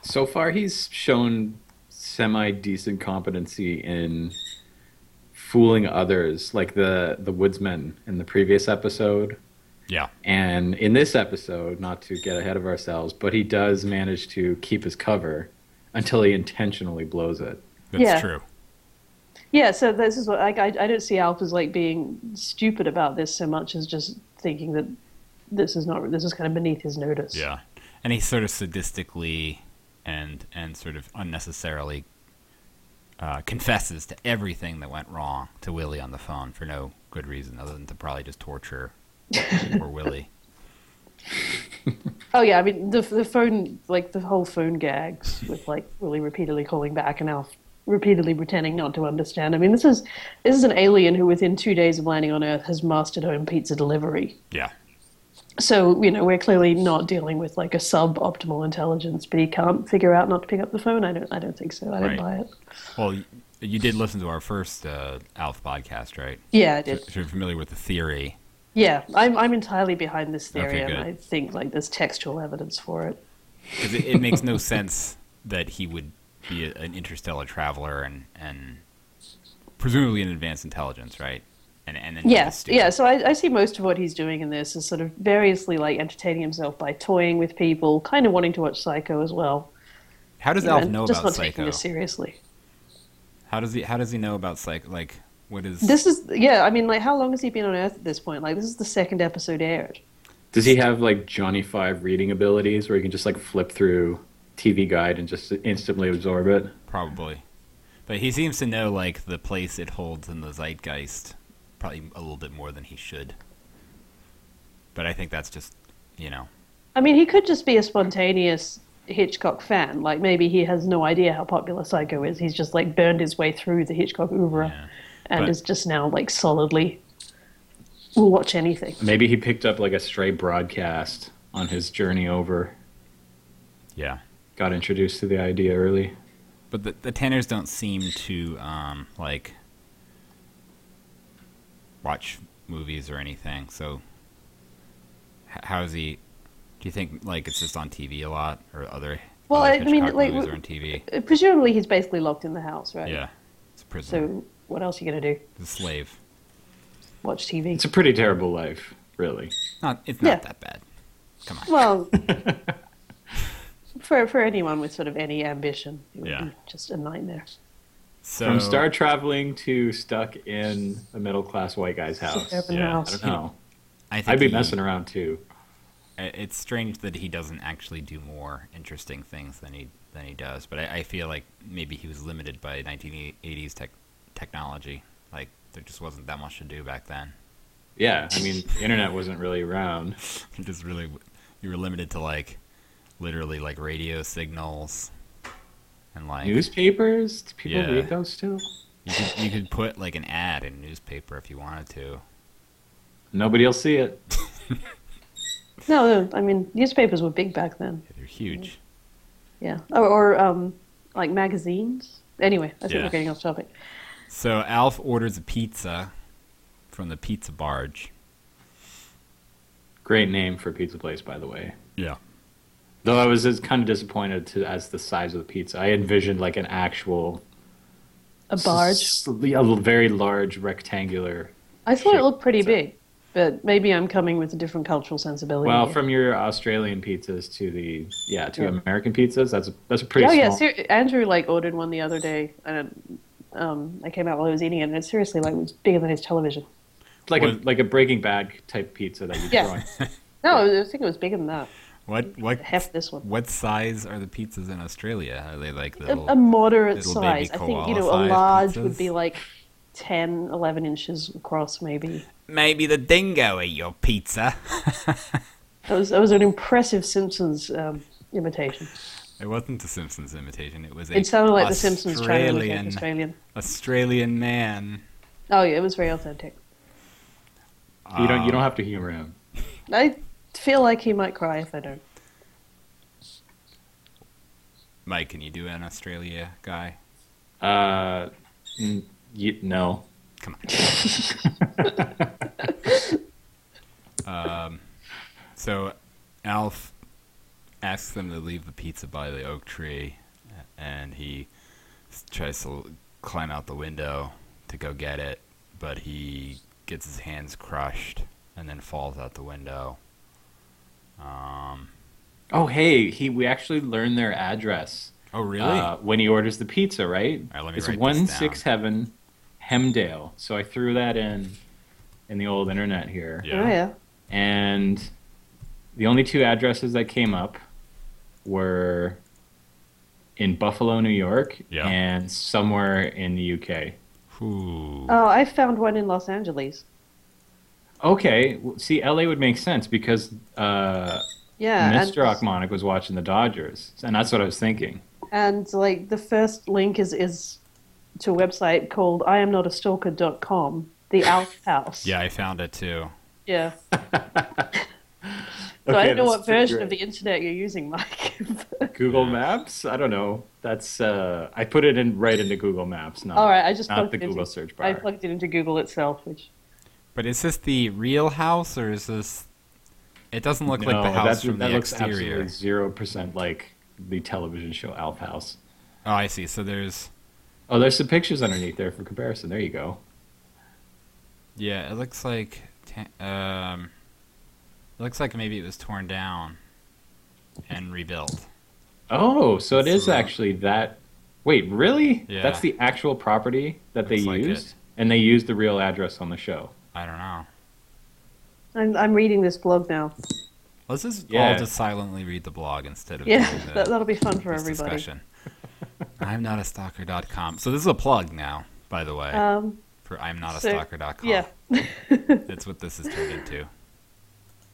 Speaker 1: So far, he's shown semi decent competency in fooling others, like the the woodsman in the previous episode,
Speaker 2: Yeah,
Speaker 1: and in this episode. Not to get ahead of ourselves, but he does manage to keep his cover until he intentionally blows it.
Speaker 2: that's
Speaker 3: Yeah.
Speaker 2: true.
Speaker 3: yeah. So this is what like, I I don't see Alf as like being stupid about this so much as just thinking that this is not this is kind of beneath his notice.
Speaker 2: Yeah, and he sort of sadistically and and sort of unnecessarily uh, confesses to everything that went wrong to Willie on the phone for no good reason other than to probably just torture poor Willie.
Speaker 3: Oh yeah, I mean the the phone like the whole phone gags with like Willie repeatedly calling back and Alf repeatedly pretending not to understand. I mean this is this is an alien who within two days of landing on Earth has mastered home pizza delivery.
Speaker 2: Yeah,
Speaker 3: So you know we're clearly not dealing with like a suboptimal intelligence, but he can't figure out not to pick up the phone. I don't I don't think so. I don't
Speaker 2: Right.
Speaker 3: buy it.
Speaker 2: well. You, you did listen to our first uh, Alf podcast, right?
Speaker 3: Yeah, I
Speaker 2: So
Speaker 3: did.
Speaker 2: you're familiar with the theory.
Speaker 3: Yeah, I'm I'm entirely behind this theory,
Speaker 2: Okay,
Speaker 3: and
Speaker 2: good.
Speaker 3: I think like there's textual evidence for it.
Speaker 2: because it, it makes no sense that he would be a, an interstellar traveler and, and presumably an advanced intelligence, right? And and then
Speaker 3: Yeah,
Speaker 2: just do-
Speaker 3: yeah. So I, I see most of what he's doing in this is sort of variously like entertaining himself by toying with people, kind of wanting to watch Psycho as well.
Speaker 2: How does
Speaker 3: you know,
Speaker 2: Alf
Speaker 3: and
Speaker 2: know
Speaker 3: just
Speaker 2: about
Speaker 3: not taking
Speaker 2: Psycho?
Speaker 3: this seriously.
Speaker 2: How does he How does he know about Psycho? Like, what is
Speaker 3: This is yeah. I mean, like, how long has he been on Earth at this point? Like, this is the second episode aired.
Speaker 1: Does he have like Johnny Five reading abilities where he can just like flip through TV Guide and just instantly absorb it?
Speaker 2: Probably. But he seems to know like the place it holds in the zeitgeist probably a little bit more than he should. But I think that's just, you know,
Speaker 3: I mean, he could just be a spontaneous Hitchcock fan. Like maybe he has no idea how popular Psycho is. He's just like burned his way through the Hitchcock oeuvre
Speaker 2: Yeah.
Speaker 3: and
Speaker 2: But-
Speaker 3: is just now like solidly will watch anything.
Speaker 1: Maybe he picked up like a stray broadcast on his journey over.
Speaker 2: yeah.
Speaker 1: Got introduced to the idea early.
Speaker 2: But the, the Tanners don't seem to um, like watch movies or anything. So h- how is he? Do you think like it's just on TV a lot or other?
Speaker 3: Well,
Speaker 2: other
Speaker 3: I mean,
Speaker 2: Hitchcock
Speaker 3: like,
Speaker 2: movies
Speaker 3: w-
Speaker 2: are on TV.
Speaker 3: Uh, Presumably, he's basically locked in the house, right?
Speaker 2: Yeah, it's a prison.
Speaker 3: So what else are you gonna do?
Speaker 2: the slave.
Speaker 3: Watch TV?
Speaker 1: It's a pretty terrible life, really.
Speaker 2: Not. It's not
Speaker 3: Yeah.
Speaker 2: that bad. Come on.
Speaker 3: Well. For, for anyone with sort of any ambition, it would
Speaker 2: Yeah.
Speaker 3: be just a nightmare.
Speaker 2: so
Speaker 1: From star traveling to stuck in a middle class white guy's house. I
Speaker 3: Urban
Speaker 2: yeah, I
Speaker 3: house.
Speaker 1: don't know.
Speaker 2: I think
Speaker 1: I'd be
Speaker 2: he-
Speaker 1: messing around too.
Speaker 2: I- It's strange that he doesn't actually do more interesting things than he than he does. But I, I feel like maybe he was limited by 1980s tech, technology. Like there just wasn't that much to do back then.
Speaker 1: Yeah, I mean, the internet wasn't really around.
Speaker 2: It just really you were limited to like literally like radio signals and like
Speaker 1: Newspapers? Do people
Speaker 2: Yeah.
Speaker 1: read those still?
Speaker 2: you could, you could put like an ad in a newspaper if you wanted to.
Speaker 1: Nobody will see it.
Speaker 3: No, no, I mean, newspapers were big back then.
Speaker 2: They're huge.
Speaker 3: Yeah, or, or um, like magazines. Anyway, I think
Speaker 2: Yeah.
Speaker 3: we're getting off topic.
Speaker 2: So Alf orders a pizza from the pizza barge.
Speaker 1: Great name for a pizza place, by the way.
Speaker 2: Yeah.
Speaker 1: Though I was just kind of disappointed to, as the size of the pizza. I envisioned like an actual
Speaker 3: A barge.
Speaker 1: s- a l- very large rectangular.
Speaker 3: I thought it looked pretty big, but maybe I'm coming with a different cultural sensibility.
Speaker 1: Well,
Speaker 3: here.
Speaker 1: from your Australian pizzas to the yeah to
Speaker 3: Yeah.
Speaker 1: American pizzas, that's a, that's a pretty
Speaker 3: oh
Speaker 1: small.
Speaker 3: yeah, ser- Andrew like ordered one the other day, and um, I came out while I was eating it, and it seriously like was bigger than his television.
Speaker 1: like a
Speaker 2: Well-
Speaker 1: like a Breaking Bad type pizza that you
Speaker 3: Yeah.
Speaker 1: throw in.
Speaker 3: No, I think it was bigger than that.
Speaker 2: What what
Speaker 3: Half this one. Um,
Speaker 2: What size are the pizzas in Australia? Are they like
Speaker 3: A,
Speaker 2: the
Speaker 3: a moderate
Speaker 2: little baby
Speaker 3: size. I think you know a
Speaker 2: koala-sized
Speaker 3: large
Speaker 2: pizzas?
Speaker 3: would be like 10, 11 inches across, maybe.
Speaker 2: maybe the dingo ate your pizza?
Speaker 3: That was that was an impressive Simpsons um, imitation.
Speaker 2: It wasn't the Simpsons imitation. It was a
Speaker 3: It sounded like The Simpsons trying to look like
Speaker 2: Australian-
Speaker 3: Australian.
Speaker 2: Australian man.
Speaker 3: Oh yeah, it was very authentic.
Speaker 1: You don't you don't
Speaker 2: Ah.
Speaker 1: have to humor him.
Speaker 3: I feel like he might cry if I don't.
Speaker 2: Mike, can you do an Australia guy?
Speaker 1: Uh, n- y- no.
Speaker 2: Come on. um, so Alf asks them to leave the pizza by the oak tree, and he s- tries to climb out the window to go get it, but he gets his hands crushed and then falls out the window. Um,
Speaker 1: Oh hey, he we actually learned their address.
Speaker 2: oh, really?
Speaker 1: uh, when he orders the pizza, right?
Speaker 2: All right, let me
Speaker 1: it's
Speaker 2: write this
Speaker 1: one
Speaker 2: down.
Speaker 1: six heaven Hemdale. So I threw that in in the old internet here,
Speaker 2: yeah.
Speaker 3: Oh yeah.
Speaker 1: and the only two addresses that came up were in Buffalo, New York,
Speaker 2: Yeah.
Speaker 1: and somewhere in the UK.
Speaker 2: Ooh.
Speaker 3: Oh, I found one in Los Angeles.
Speaker 1: Okay, w- see, LA would make sense because uh,
Speaker 3: Yeah, and-
Speaker 1: Mr. Akmonic was watching the Dodgers, and that's what I was thinking.
Speaker 3: and like the first link is is to a website called I am not a stalker.com, the Alf House.
Speaker 2: Yeah, I found it too.
Speaker 3: Yeah. So I don't know what version of the
Speaker 1: the
Speaker 3: internet you're using, Mike.
Speaker 1: Google Maps. I don't know. That's uh, I put it in right into Google Maps. Not,
Speaker 3: All right, I just
Speaker 1: not
Speaker 3: plugged
Speaker 1: the
Speaker 3: it into-
Speaker 1: Google search
Speaker 3: I
Speaker 1: bar.
Speaker 3: plugged it into Google itself, which
Speaker 2: But is this the real house or is this? It doesn't look like the
Speaker 1: No,
Speaker 2: house
Speaker 1: that's-
Speaker 2: from
Speaker 1: that
Speaker 2: the
Speaker 1: looks
Speaker 2: exterior.
Speaker 1: absolutely zero percent like the television show Alf House.
Speaker 2: Oh, I see. So there's
Speaker 1: Oh, there's some pictures underneath there for comparison. There you go.
Speaker 2: yeah. It looks like ta- um, it looks like maybe it was torn down and rebuilt.
Speaker 1: Oh, so it is
Speaker 2: So-
Speaker 1: actually that. Wait, really?
Speaker 2: Yeah.
Speaker 1: That's the actual property that they
Speaker 2: Looks like
Speaker 1: used, and they used the real address on the show.
Speaker 2: I don't know.
Speaker 3: I'm, I'm reading this blog now.
Speaker 2: Let's just all
Speaker 1: Yeah.
Speaker 2: just silently read the blog instead of
Speaker 3: Yeah,
Speaker 2: doing the-
Speaker 3: that, that'll be fun for
Speaker 2: this
Speaker 3: everybody.
Speaker 2: discussion. I'm not a stalker.com. So this is a plug now, by the way,
Speaker 3: Um,
Speaker 2: for I'm not a
Speaker 3: so-
Speaker 2: stalker.com.
Speaker 3: yeah.
Speaker 2: That's what this has turned into.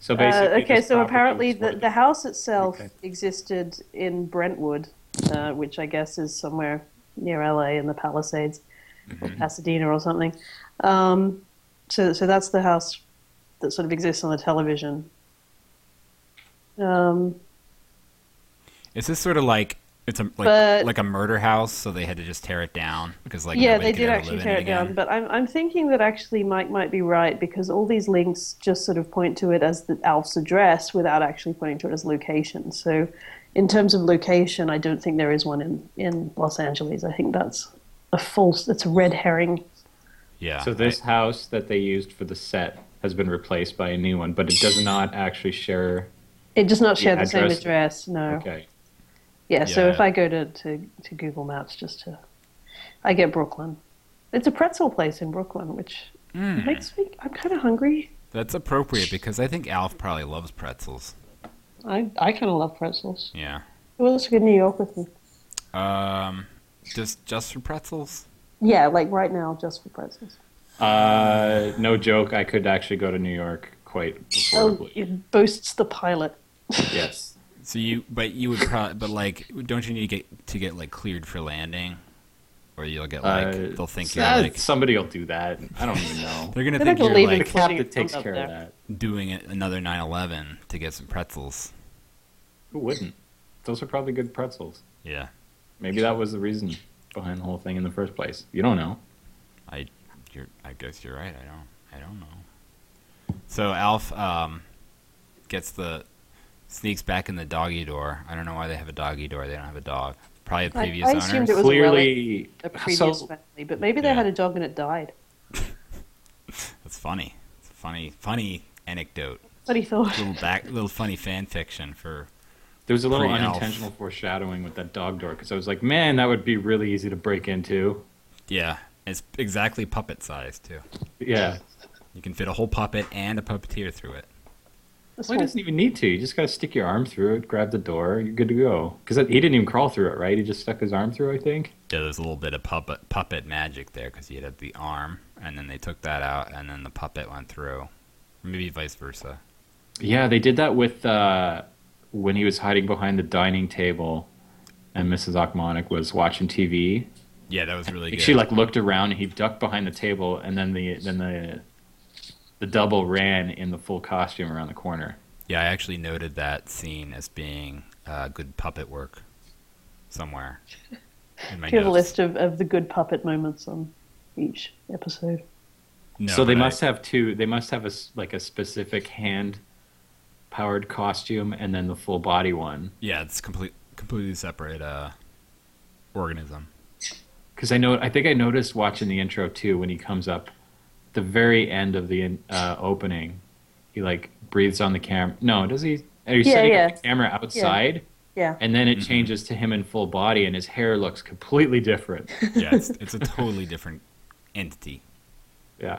Speaker 1: So
Speaker 3: Uh,
Speaker 1: basically,
Speaker 3: okay,
Speaker 1: just
Speaker 3: so
Speaker 1: stop
Speaker 3: apparently
Speaker 1: with
Speaker 3: the,
Speaker 1: those
Speaker 3: the house itself
Speaker 1: Okay.
Speaker 3: existed in Brentwood, uh, which I guess is somewhere near LA in the Palisades, or
Speaker 1: Mm-hmm.
Speaker 3: Pasadena or something. Um, so, so that's the house that sort of exists on the television. Um,
Speaker 2: Is this sort of like it's a like,
Speaker 3: But-
Speaker 2: like a murder house, so they had to just tear it down because like
Speaker 3: yeah,
Speaker 2: nobody
Speaker 3: they
Speaker 2: could
Speaker 3: did
Speaker 2: ever
Speaker 3: actually
Speaker 2: live in
Speaker 3: tear it down,
Speaker 2: again?
Speaker 3: but I'm, I'm thinking that actually Mike might be right because all these links just sort of point to it as the Alf's address without actually pointing to it as location. So, in terms of location, I don't think there is one in, in Los Angeles. I think that's a false, that's a red herring.
Speaker 2: Yeah.
Speaker 1: So this house that they used for the set has been replaced by a new one, but it does not actually share.
Speaker 3: It does not share the, same
Speaker 1: address-
Speaker 3: address, no.
Speaker 1: Okay.
Speaker 3: Yeah, so
Speaker 2: Yeah.
Speaker 3: if I go to, to, to Google Maps just to, I get Brooklyn. It's a pretzel place in Brooklyn, which
Speaker 2: Hmm.
Speaker 3: makes me, I'm kind of hungry.
Speaker 2: That's appropriate because I think Alf probably loves pretzels.
Speaker 3: I, I kind of love pretzels.
Speaker 2: Yeah.
Speaker 3: Who else could New York with me?
Speaker 2: Um, just just for pretzels.
Speaker 3: Yeah, like right now, just for pretzels.
Speaker 1: Uh, no joke. I could actually go to New York quite
Speaker 3: Oh,
Speaker 1: affordably.
Speaker 3: it boasts the pilot.
Speaker 1: Yes.
Speaker 2: So you, but you would probably, but like, don't you need to get to get like cleared for landing, or you'll get like
Speaker 1: Uh,
Speaker 2: they'll think you're
Speaker 1: Ah,
Speaker 2: like
Speaker 1: somebody will do that. I don't even know.
Speaker 2: they're gonna
Speaker 3: They're
Speaker 2: think
Speaker 3: not
Speaker 2: you're
Speaker 3: gonna leave
Speaker 1: the
Speaker 2: like
Speaker 3: it. Putting
Speaker 1: cap that takes
Speaker 3: up
Speaker 1: care of
Speaker 3: there.
Speaker 1: that.
Speaker 2: doing it another 9/11 to get some pretzels.
Speaker 1: Who wouldn't? Those are probably good pretzels.
Speaker 2: Yeah,
Speaker 1: Maybe that was the reason behind the whole thing in the first place. You don't know.
Speaker 2: I, you're, I guess you're right. I don't, I don't know. So Alf um, gets the sneaks back in the doggy door. I don't know why they have a doggy door. They don't have a dog. Probably the
Speaker 3: I-
Speaker 2: previous
Speaker 3: I
Speaker 2: owners.
Speaker 3: assumed it was- a
Speaker 1: Clearly,
Speaker 3: A previous
Speaker 1: So-
Speaker 3: family, but maybe they
Speaker 2: Yeah.
Speaker 3: had a dog and it died.
Speaker 2: That's funny. It's a funny, funny anecdote.
Speaker 3: But he thought,
Speaker 2: Little back, little funny fan fiction for
Speaker 1: there was a little
Speaker 2: Pre-elf.
Speaker 1: unintentional foreshadowing with that dog door because I was like, man, that would be really easy to break into.
Speaker 2: Yeah, it's exactly puppet size too.
Speaker 1: Yeah.
Speaker 2: You can fit a whole puppet and a puppeteer through it.
Speaker 3: this
Speaker 1: Well, he
Speaker 3: one-
Speaker 1: doesn't even need to. You just gotta stick your arm through it, grab the door, you're good to go. Because he didn't even crawl through it, right? He just stuck his arm through, I think.
Speaker 2: Yeah, there's a little bit of puppet puppet magic there because you had the arm, and then they took that out, and then the puppet went through. Maybe vice versa.
Speaker 1: Yeah, they did that with uh, when he was hiding behind the dining table, and Mrs. Achmonic was watching TV.
Speaker 2: Yeah, that was really good.
Speaker 1: She like looked around, and he ducked behind the table, and then the then the the double ran in the full costume around the corner.
Speaker 2: yeah, I actually noted that scene as being uh, good puppet work somewhere in my
Speaker 3: do you have a
Speaker 2: notes.
Speaker 3: list of, of the good puppet moments on each episode?
Speaker 2: No,
Speaker 1: so they
Speaker 2: but I-
Speaker 1: must have two. They must have a s- like a specific hand powered costume, and then the full body one.
Speaker 2: yeah, it's complete completely separate uh, organism.
Speaker 1: because I know I think I noticed watching the intro too when he comes up the very end of the in- uh, opening. He like breathes on the camera. No, does he? Are you
Speaker 3: Yeah,
Speaker 1: setting
Speaker 3: yeah.
Speaker 1: up the camera outside,
Speaker 3: Yeah.
Speaker 1: and then it
Speaker 2: Mm-hmm.
Speaker 1: changes to him in full body, and his hair looks completely different.
Speaker 2: Yeah, it's, it's a totally different entity.
Speaker 1: yeah,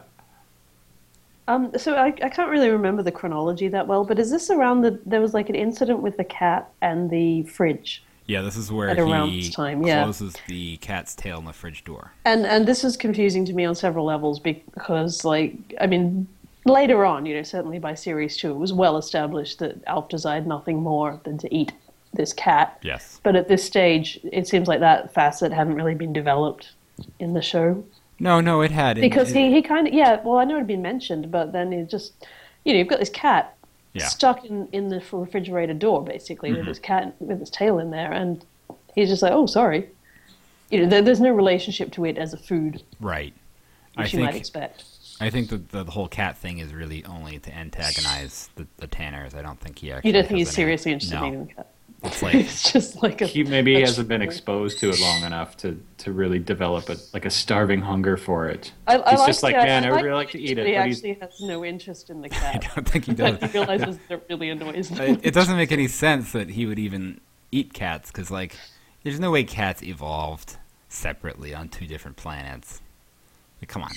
Speaker 3: Um, so I, I can't really remember the chronology that well, but is this around the, there was like an incident with the cat and the fridge?
Speaker 2: Yeah, this is where
Speaker 3: At around
Speaker 2: he
Speaker 3: this time, yeah.
Speaker 2: closes the cat's tail in the fridge door.
Speaker 3: And and this is confusing to me on several levels because, like, I mean, later on, you know, certainly by series two, it was well established that Alf desired nothing more than to eat this cat.
Speaker 2: Yes.
Speaker 3: But at this stage, it seems like that facet hadn't really been developed in the show
Speaker 2: No, no, it had. It,
Speaker 3: because
Speaker 2: it-
Speaker 3: he, he kind of yeah. Well, I know it had been mentioned, but then he just you know you've got this cat
Speaker 2: Yeah.
Speaker 3: stuck in in the refrigerator door basically with his cat with his tail in there, and he's just like, oh, sorry. You know, there, there's no relationship to it as a food
Speaker 2: right. I
Speaker 3: which you might
Speaker 2: think
Speaker 3: expect.
Speaker 2: I think that the, the whole cat thing is really only to antagonize the, the Tanners. I don't think he actually.
Speaker 3: You don't think
Speaker 2: has
Speaker 3: he's
Speaker 2: any-
Speaker 3: seriously interested
Speaker 2: No,
Speaker 3: in eating a cat.
Speaker 2: it's like
Speaker 3: It's just like a
Speaker 1: he maybe hasn't been exposed to it long enough to to really develop a like a starving hunger for it.
Speaker 3: I, I
Speaker 1: he's
Speaker 3: like
Speaker 1: just like,
Speaker 3: the-
Speaker 1: man,
Speaker 3: I
Speaker 1: I would really like to eat
Speaker 3: He
Speaker 1: it, but he's
Speaker 3: actually has no interest in the
Speaker 2: I
Speaker 3: cat.
Speaker 2: don't think he does.
Speaker 3: But he realizes that it really annoys
Speaker 2: it,
Speaker 3: him.
Speaker 2: it doesn't make any sense that he would even eat cats because like there's no way cats evolved separately on two different planets. Like, come on.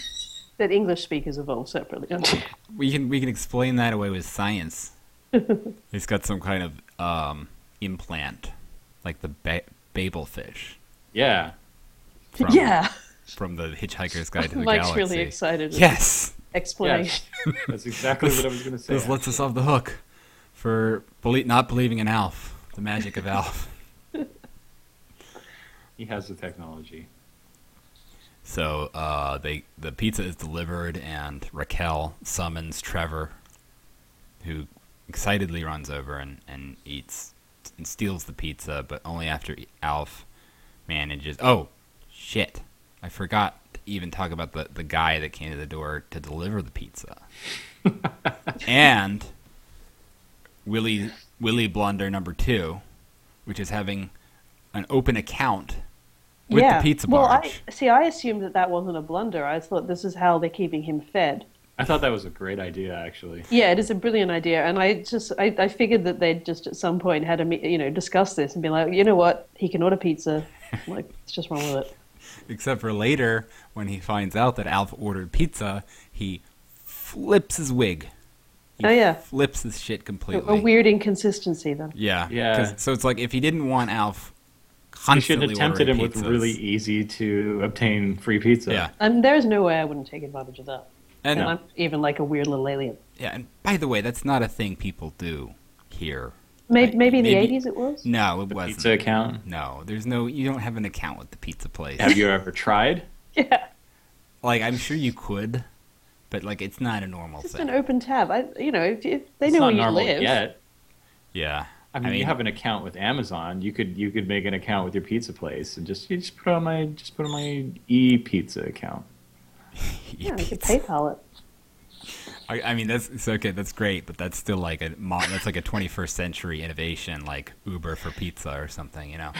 Speaker 3: that English speakers evolved separately. aren't you?
Speaker 2: We can we can explain that away with science. He's got some kind of um, implant, like the ba- Babel fish.
Speaker 1: Yeah.
Speaker 2: From,
Speaker 3: yeah,
Speaker 2: From the Hitchhiker's Guide to the
Speaker 3: Mike's
Speaker 2: Galaxy.
Speaker 3: really excited. at
Speaker 2: Yes.
Speaker 3: explanation.
Speaker 1: That's exactly what I was going to say.
Speaker 2: This lets us off the hook for belie- not believing in Alf, the magic of Alf.
Speaker 1: He has the technology.
Speaker 2: So uh, they the pizza is delivered, and Raquel summons Trevor, who excitedly runs over and, and eats and steals the pizza, but only after Alf manages. Oh, shit! I forgot to even talk about the, the guy that came to the door to deliver the pizza, and Willie Willie Blunder number two, which is having an open account with
Speaker 3: yeah.
Speaker 2: the pizza
Speaker 3: well,
Speaker 2: barge.
Speaker 3: I see. I assumed that that wasn't a blunder. I thought this is how they're keeping him fed.
Speaker 1: I thought that was a great idea, actually.
Speaker 3: Yeah, it is a brilliant idea, and I just I, I figured that they'd just at some point had a me- you know discuss this and be like, you know what, he can order pizza. Like, it's just wrong with it.
Speaker 2: Except for later, when he finds out that Alf ordered pizza, he flips his wig. He
Speaker 3: Oh, yeah.
Speaker 2: flips his shit
Speaker 3: A,
Speaker 2: completely.
Speaker 3: a weird inconsistency then.
Speaker 2: Yeah, 'cause-
Speaker 1: Yeah.
Speaker 2: So it's like if he didn't want Alf
Speaker 1: You should
Speaker 2: constantly
Speaker 1: have tempted him
Speaker 2: ordering
Speaker 1: with
Speaker 2: pizzas-
Speaker 1: really easy to obtain free pizza.
Speaker 2: yeah,
Speaker 3: And Um, there is no way I wouldn't take advantage of that.
Speaker 2: and
Speaker 3: And I'm even like a weird little alien.
Speaker 2: yeah, and by the way, that's not a thing people do here.
Speaker 3: Maybe,
Speaker 2: Right,
Speaker 3: maybe in the
Speaker 2: maybe- Mm.
Speaker 3: '80s it was.
Speaker 2: No, it
Speaker 1: The
Speaker 2: wasn't.
Speaker 1: pizza account.
Speaker 2: No, there's no. You don't have an account with the pizza place.
Speaker 1: Have you ever tried?
Speaker 3: Yeah,
Speaker 2: like I'm sure you could, but like it's not a normal
Speaker 3: just
Speaker 2: thing.
Speaker 3: an open tab. I, you know, if, if they
Speaker 1: It's not
Speaker 3: know where you
Speaker 1: normal
Speaker 3: live,
Speaker 1: yet.
Speaker 2: yeah,
Speaker 1: I mean, you have an account with Amazon. You could you could make an account with your pizza place and just you just put it on my just put it on my e pizza account.
Speaker 3: yeah, you could
Speaker 2: pizza.
Speaker 3: PayPal it.
Speaker 2: I, I mean that's it's okay. That's great, but that's still like a mo- that's like a 21st century innovation, like Uber for pizza or something. You know,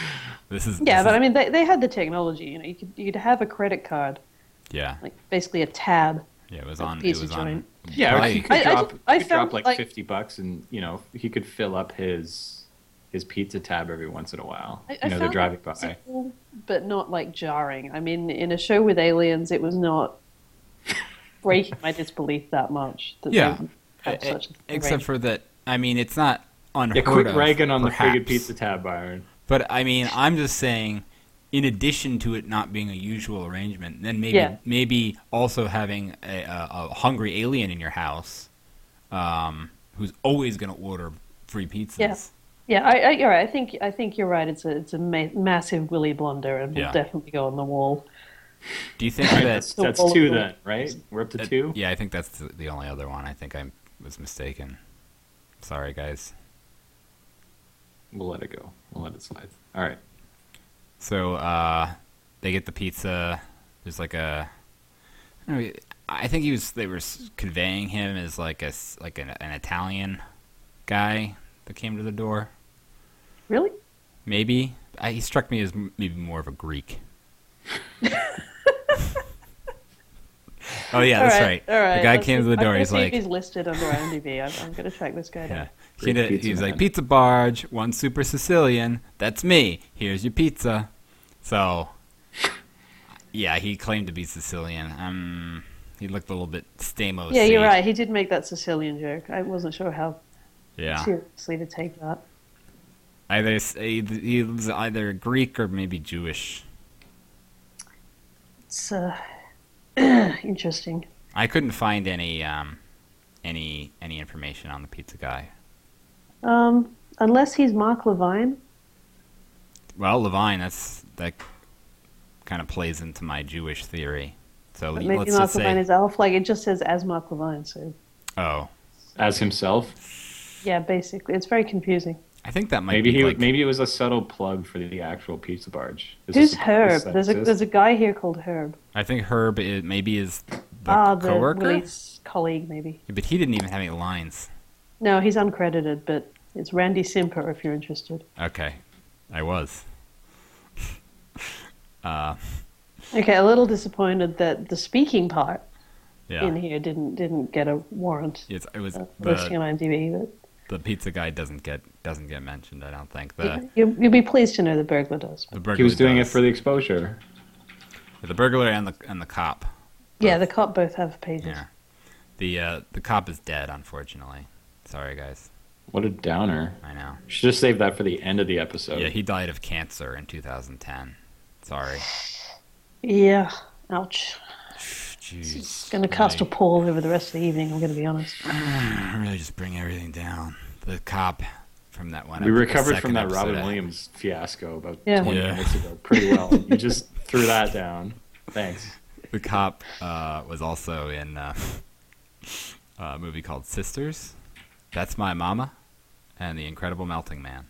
Speaker 2: this is
Speaker 3: Yeah,
Speaker 2: this
Speaker 3: but
Speaker 2: is-
Speaker 3: I mean, they, they had the technology. You know, you could you could have a credit card,
Speaker 2: yeah,
Speaker 3: like basically a tab.
Speaker 2: yeah. It was on. It
Speaker 3: pizza
Speaker 2: was on.
Speaker 3: joint.
Speaker 1: Yeah, or he
Speaker 2: Right.
Speaker 1: could
Speaker 3: I- I
Speaker 1: drop,
Speaker 3: ju- I
Speaker 1: he could drop
Speaker 3: found,
Speaker 1: like,
Speaker 3: like-
Speaker 1: fifty bucks, and you know he could fill up his his pizza tab every once in a while.
Speaker 3: I, I
Speaker 1: you know, they're
Speaker 3: found
Speaker 1: driving
Speaker 3: it
Speaker 1: by.
Speaker 3: simple, but not like jarring. I mean, in a show with aliens, it was not breaking my disbelief that much. That they
Speaker 2: Yeah.
Speaker 3: would have
Speaker 2: E-
Speaker 3: such a
Speaker 2: Except
Speaker 3: arrangement.
Speaker 2: for that, I mean, it's not unheard
Speaker 1: Yeah, quick
Speaker 2: of.
Speaker 1: Reagan on the friggin'
Speaker 2: perhaps.
Speaker 1: pizza tab, Byron.
Speaker 2: But I mean, I'm just saying, in addition to it not being a usual arrangement, then maybe
Speaker 3: Yeah.
Speaker 2: maybe also having a, a, a hungry alien in your house, um, who's always going to order free pizzas.
Speaker 3: Yeah. yeah, I, I, you're right. I think I think you're right. It's a it's a ma- massive Willy blunder, and will
Speaker 2: Yeah.
Speaker 3: definitely go on the wall.
Speaker 2: Do you think
Speaker 1: That's,
Speaker 2: that?
Speaker 3: So
Speaker 1: that's two
Speaker 3: volatile.
Speaker 1: then, right? We're up to two.
Speaker 2: Yeah, I think that's the, the only other one. I think I was mistaken. Sorry, guys.
Speaker 1: We'll let it go. We'll let it slide. All right.
Speaker 2: So uh, they get the pizza. There's like a. I don't know, I think he was. They were s- conveying him as like a s- like an, an Italian guy that came to the door.
Speaker 3: Really?
Speaker 2: Maybe I, he struck me as m- maybe more of a Greek. oh yeah, that's right.
Speaker 3: All right.
Speaker 2: The guy
Speaker 3: let's
Speaker 2: came
Speaker 3: see-
Speaker 2: to the
Speaker 3: I'm
Speaker 2: door.
Speaker 3: gonna
Speaker 2: He's
Speaker 3: see if
Speaker 2: like,
Speaker 3: he's listed under IMDb. I'm, I'm going to track this guy down.
Speaker 2: Yeah. He,
Speaker 1: Great
Speaker 2: did,
Speaker 1: pizza
Speaker 2: he was like,
Speaker 1: man.
Speaker 2: Pizza Barge, one super Sicilian, that's me, here's your pizza. So, yeah, he claimed to be Sicilian. Um, he looked a little bit Stamos.
Speaker 3: Yeah, you're right. He did make that Sicilian joke. I wasn't sure how
Speaker 2: Yeah.
Speaker 3: seriously to take that.
Speaker 2: Either, s- he he was either Greek or maybe Jewish.
Speaker 3: It's uh, interesting.
Speaker 2: I couldn't find any, um, any, any information on the pizza guy.
Speaker 3: Um, unless he's Mark Levine.
Speaker 2: Well, Levine, that's, that kind of plays into my Jewish theory. So
Speaker 3: But
Speaker 2: let's
Speaker 3: maybe
Speaker 2: just
Speaker 3: Mark Levine
Speaker 2: say,
Speaker 3: is Alf. Like it just says as Mark Levine. So
Speaker 2: oh,
Speaker 1: As himself,
Speaker 3: yeah, basically, it's very confusing.
Speaker 2: I think that might
Speaker 1: maybe
Speaker 2: be
Speaker 1: he
Speaker 2: like,
Speaker 1: maybe it was a subtle plug for the actual pizza barge. Is
Speaker 3: Who's
Speaker 1: this a
Speaker 3: Herb?
Speaker 1: place that
Speaker 3: There's a
Speaker 1: exists?
Speaker 3: there's a guy here called Herb.
Speaker 2: I think Herb is, maybe is the
Speaker 3: ah, the
Speaker 2: coworker,
Speaker 3: Willie's colleague, maybe.
Speaker 2: but he didn't even have any lines.
Speaker 3: No, he's uncredited, but it's Randy Simper if you're interested.
Speaker 2: Okay, I was. Uh,
Speaker 3: Okay, a little disappointed that the speaking part
Speaker 2: Yeah,
Speaker 3: in here didn't didn't get a warrant.
Speaker 2: it's, it was
Speaker 3: uh, listing
Speaker 2: the,
Speaker 3: on IMDb, but
Speaker 2: the pizza guy doesn't get doesn't get mentioned. I don't think the
Speaker 3: you'll, you'll be pleased to know the burglar does.
Speaker 2: the burglar
Speaker 1: He was doing it
Speaker 2: does.
Speaker 1: for the exposure.
Speaker 2: the burglar and the and the cop
Speaker 3: Yeah, the cop both have pages.
Speaker 2: Yeah. The uh, the cop is dead, unfortunately. Sorry, guys.
Speaker 1: What a downer.
Speaker 2: I know.
Speaker 1: Should have saved that for the end of the episode.
Speaker 2: Yeah, he died of cancer in 2010. Sorry.
Speaker 3: Yeah. Ouch.
Speaker 2: Jeez.
Speaker 3: It's going to cast a pall over the rest of the evening, I'm going to be honest.
Speaker 2: really just bring everything down. The cop from that one.
Speaker 1: we
Speaker 2: ep- the
Speaker 1: recovered
Speaker 2: second
Speaker 1: from that
Speaker 2: episode,
Speaker 1: Robin
Speaker 2: I-
Speaker 1: Williams fiasco about
Speaker 3: Yeah.
Speaker 1: 20
Speaker 2: Yeah.
Speaker 1: minutes ago pretty well. you just threw that down. Thanks.
Speaker 2: The cop uh, was also in uh, a movie called Sisters. That's My Mama, and The Incredible Melting Man.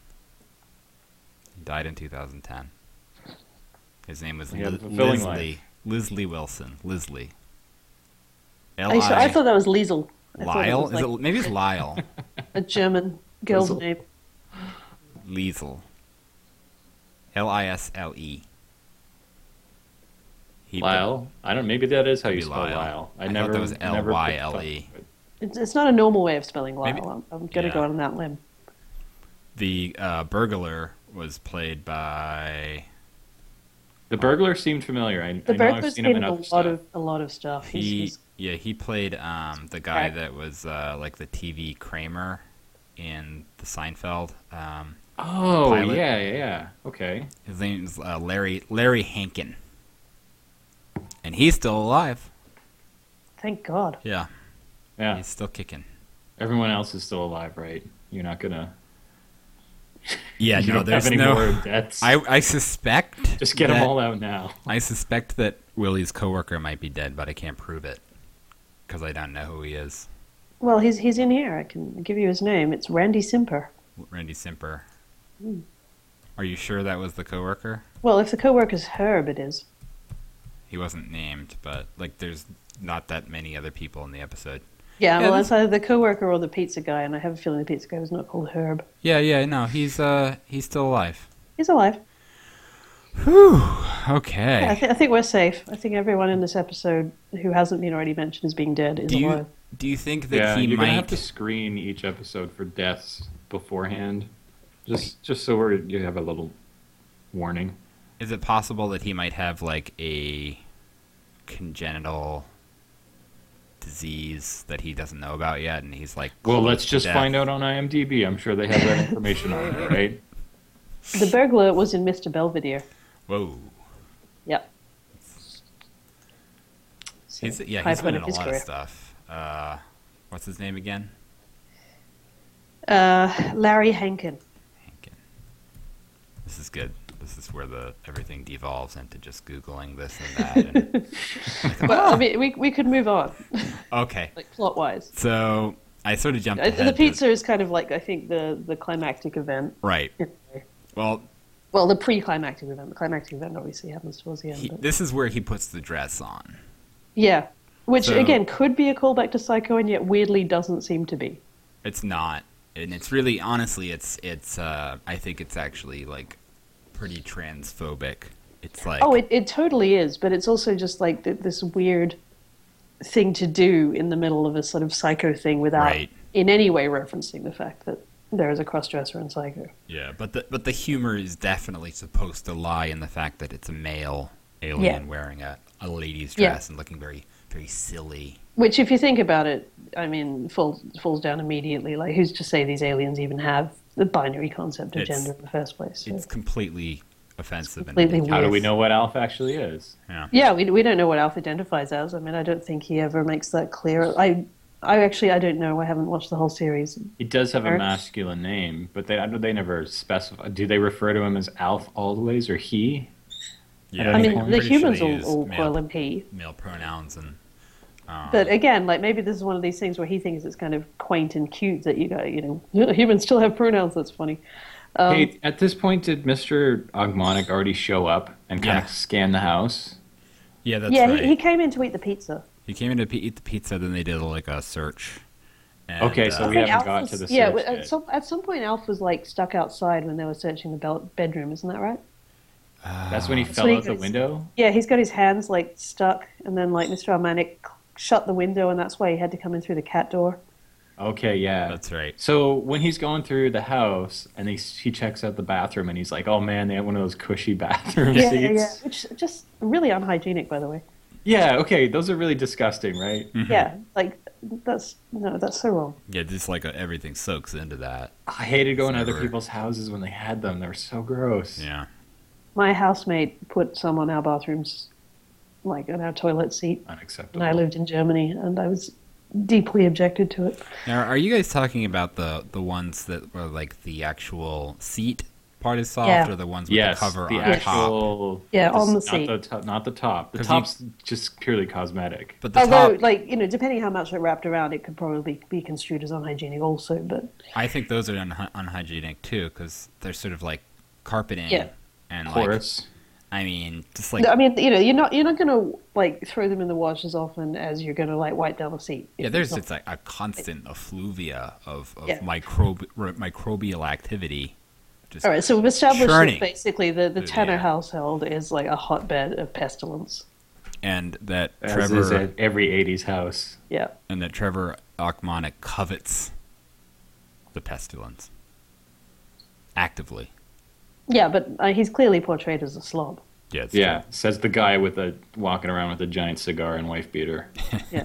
Speaker 2: He died in 2010. His name was
Speaker 1: He had
Speaker 2: Li-
Speaker 1: a fulfilling
Speaker 2: Lisley. Lisley Wilson. Lisley. L
Speaker 3: I, so I thought that was Liesel. I thought
Speaker 2: Lyle?
Speaker 3: was like
Speaker 2: Is it, maybe it's Lyle.
Speaker 3: a German girl's
Speaker 1: Liesel.
Speaker 3: name.
Speaker 2: Liesel. L I S L E. He-
Speaker 1: Lyle? I don't maybe that is how you
Speaker 2: Maybe
Speaker 1: spell
Speaker 2: Lyle.
Speaker 1: Lyle.
Speaker 2: I
Speaker 1: I,
Speaker 2: thought
Speaker 1: never
Speaker 2: that was
Speaker 1: never picked up.
Speaker 2: L-Y-L-E.
Speaker 3: It's, it's not a normal way of spelling Lyle.
Speaker 2: Maybe-
Speaker 3: I'm, I'm going to
Speaker 2: yeah.
Speaker 3: go on that limb.
Speaker 2: The uh, burglar was played by.
Speaker 1: The burglar seemed familiar. I, I
Speaker 3: The
Speaker 1: know I've
Speaker 3: Burglar's
Speaker 1: seen
Speaker 3: been
Speaker 1: him
Speaker 3: in
Speaker 1: in
Speaker 3: a
Speaker 1: other
Speaker 3: lot
Speaker 1: stuff.
Speaker 3: of a lot of stuff. He's,
Speaker 2: He,
Speaker 3: he's-
Speaker 2: yeah, he played um, the guy
Speaker 3: Crack.
Speaker 2: that was uh, like the TV Kramer in the Seinfeld. Um,
Speaker 1: Oh
Speaker 2: Pilot.
Speaker 1: yeah, yeah, yeah. Okay.
Speaker 2: his name is uh, Larry Larry Hankin, and he's still alive.
Speaker 3: thank God.
Speaker 2: Yeah,
Speaker 1: Yeah.
Speaker 2: he's still kicking.
Speaker 1: Everyone else is still alive, right? You're not gonna
Speaker 2: Yeah,
Speaker 1: you
Speaker 2: no,
Speaker 1: don't
Speaker 2: there's
Speaker 1: have any
Speaker 2: no.
Speaker 1: more deaths.
Speaker 2: I I suspect
Speaker 1: just get
Speaker 2: that-
Speaker 1: them all out now.
Speaker 2: I suspect that Willie's coworker might be dead, but I can't prove it because I don't know who he is.
Speaker 3: Well, he's he's in here. I can give you his name. It's Randy Simper.
Speaker 2: Randy Simper. Are you sure that was the coworker?
Speaker 3: Well, if the co-worker's Herb, it is.
Speaker 2: He wasn't named, but like, there's not that many other people in the episode.
Speaker 3: Yeah,
Speaker 2: Yeah,
Speaker 3: well,
Speaker 2: this-
Speaker 3: it's either the coworker or the pizza guy, and I have a feeling the pizza guy was not called Herb.
Speaker 2: Yeah, yeah, no, he's uh, he's still alive.
Speaker 3: He's alive.
Speaker 2: Whew.
Speaker 3: I,
Speaker 2: Okay.
Speaker 3: th- I think we're safe. I think everyone in this episode who hasn't been already mentioned as being dead is
Speaker 2: Do
Speaker 3: alive.
Speaker 2: you do you think that
Speaker 1: yeah,
Speaker 2: he
Speaker 1: you're
Speaker 2: might?
Speaker 1: gonna have to screen each episode for deaths beforehand, just just so we're you have a little warning.
Speaker 2: Is it possible that he might have like a congenital disease that he doesn't know about yet, and he's like,
Speaker 1: Well, let's just
Speaker 2: death.
Speaker 1: find out on IMDb. I'm sure they have that information on there, right?
Speaker 3: The burglar was in Mr. Belvedere.
Speaker 2: whoa.
Speaker 3: Yep. So,
Speaker 2: He's, yeah,
Speaker 3: high
Speaker 2: he's been
Speaker 3: point
Speaker 2: in a
Speaker 3: his
Speaker 2: lot
Speaker 3: career.
Speaker 2: of stuff. Uh, what's his name again?
Speaker 3: Uh, Larry Hankin.
Speaker 2: Hankin. This is good. This is where the everything devolves into just googling this and that. And,
Speaker 3: Well, I mean, we, we could move on,
Speaker 2: okay,
Speaker 3: like plot wise.
Speaker 2: so I sort of jumped ahead.
Speaker 3: Uh, The
Speaker 2: to-
Speaker 3: pizza is kind of like, I think, the, the climactic event.
Speaker 2: right. Well,
Speaker 3: Well, the pre climactic event. The climactic event obviously happens towards the end.
Speaker 2: he,
Speaker 3: but-
Speaker 2: this is where he puts the dress on.
Speaker 3: Yeah. Which,
Speaker 2: So-
Speaker 3: again, could be a callback to Psycho and yet weirdly doesn't seem to be.
Speaker 2: It's not, and it's really honestly, it's it's. Uh, I think it's actually like pretty transphobic. It's like
Speaker 3: Oh, it, it totally is, but it's also just like th- this weird thing to do in the middle of a sort of Psycho thing without
Speaker 2: Right.
Speaker 3: in any way referencing the fact that there is a crossdresser in Psycho.
Speaker 2: yeah, but the but the humor is definitely supposed to lie in the fact that it's a male alien wearing a, a lady's
Speaker 3: Yeah.
Speaker 2: dress and looking very very silly.
Speaker 3: Which, if you think about it, I mean, falls falls down immediately. Like, who's to say these aliens even have the binary concept of
Speaker 2: It's-
Speaker 3: gender in the first place? So-
Speaker 2: It's completely offensive
Speaker 3: completely
Speaker 2: and ridiculous.
Speaker 1: How do we
Speaker 3: Yes.
Speaker 1: know what Alf actually is?
Speaker 3: Yeah, we, we don't know what Alf identifies as. I mean, I don't think he ever makes that clear. I I actually I don't know. I haven't watched the whole series.
Speaker 1: He does have a
Speaker 3: Sure.
Speaker 1: masculine name, but they I don't- they never specify. Do they refer to him as Alf always or he?
Speaker 2: Yeah,
Speaker 1: I
Speaker 3: I
Speaker 1: think
Speaker 3: mean,
Speaker 1: I'm
Speaker 3: the
Speaker 2: pretty sure
Speaker 3: humans
Speaker 2: they
Speaker 3: all,
Speaker 2: use
Speaker 3: all
Speaker 2: male,
Speaker 3: call him he.
Speaker 2: male pronouns and um,
Speaker 3: But again, like maybe this is one of these things where he thinks it's kind of quaint and cute that you go, you know, humans still have pronouns. That's funny. Oh.
Speaker 1: hey, at this point, did Mister Ogmonic already show up and kind
Speaker 2: Yeah.
Speaker 1: of scan the house?
Speaker 2: yeah, that's
Speaker 3: yeah,
Speaker 2: right.
Speaker 3: he,
Speaker 2: He,
Speaker 3: he came in to eat the pizza.
Speaker 2: came in to p- eat the pizza, then they did like a search. And,
Speaker 1: Okay, so
Speaker 2: uh,
Speaker 1: we haven't
Speaker 3: Alf
Speaker 1: got
Speaker 3: was-
Speaker 1: to the
Speaker 3: yeah. uh,
Speaker 1: search
Speaker 3: At
Speaker 1: yet.
Speaker 3: some, at some point, Alf was like stuck outside when they were searching the bel- bedroom. Isn't that right?
Speaker 1: That's when he fell
Speaker 3: when he
Speaker 1: out the
Speaker 3: goes-
Speaker 1: window.
Speaker 3: Yeah, he's got his hands like stuck, and then like Mr. Armanic shut the window, and that's why he had to come in through the cat door.
Speaker 1: Okay, yeah.
Speaker 2: that's right.
Speaker 1: So when he's going through the house and he he checks out the bathroom and he's like, "Oh man, they have one of those cushy bathroom
Speaker 3: Yeah, yeah,
Speaker 1: seats."
Speaker 3: yeah. Which is just really unhygienic, by the way.
Speaker 1: Yeah, okay, those are really disgusting, right?
Speaker 2: Mm. Mm-hmm.
Speaker 3: Yeah, like that's no, that's so wrong.
Speaker 2: Yeah, just like uh, everything soaks into that.
Speaker 1: I hated going to other
Speaker 2: Never.
Speaker 1: people's houses when they had them. They were so gross.
Speaker 2: Yeah.
Speaker 3: My housemate put some on our bathrooms, like on our toilet seat, and
Speaker 1: Unacceptable.
Speaker 3: I lived in Germany, and I was deeply objected to it.
Speaker 2: Now, are you guys talking about the the ones that were like the actual seat part is soft,
Speaker 3: Yeah.
Speaker 2: or the ones with
Speaker 1: yes,
Speaker 2: the cover
Speaker 1: the
Speaker 2: on top?
Speaker 1: actual.
Speaker 3: Yeah, on the
Speaker 1: Not
Speaker 3: seat.
Speaker 1: the, top, not the top. The
Speaker 2: 'Cause you-
Speaker 1: top's just purely cosmetic.
Speaker 2: But the
Speaker 3: Although,
Speaker 2: top,
Speaker 3: like you know, depending how much it wrapped around, it could probably be construed as unhygienic, also. But
Speaker 2: I think those are un- unhygienic too, because they're sort of like carpeting.
Speaker 3: Yeah.
Speaker 2: And
Speaker 1: Of
Speaker 2: like,
Speaker 1: course.
Speaker 2: I mean, just like
Speaker 3: I mean, you know, you're not you're not gonna like throw them in the wash as often as you're gonna like wipe down the seat.
Speaker 2: Yeah, there's
Speaker 3: It's
Speaker 2: it's like a constant effluvia of, of
Speaker 3: Yeah.
Speaker 2: microb, r- microbial activity. Just,
Speaker 3: All right, so we've established
Speaker 2: Churning.
Speaker 3: that basically the, the Tanner
Speaker 2: Yeah.
Speaker 3: household is like a hotbed of pestilence.
Speaker 2: And that
Speaker 1: As is
Speaker 2: Trevor
Speaker 1: at every 80s house.
Speaker 3: Yeah.
Speaker 2: and that Trevor Achmonic covets the pestilence actively.
Speaker 3: Yeah, but uh, he's clearly portrayed as a slob.
Speaker 2: Yeah, it's
Speaker 1: Yeah, says the guy with a walking around with a giant cigar and wife beater.
Speaker 3: Yeah.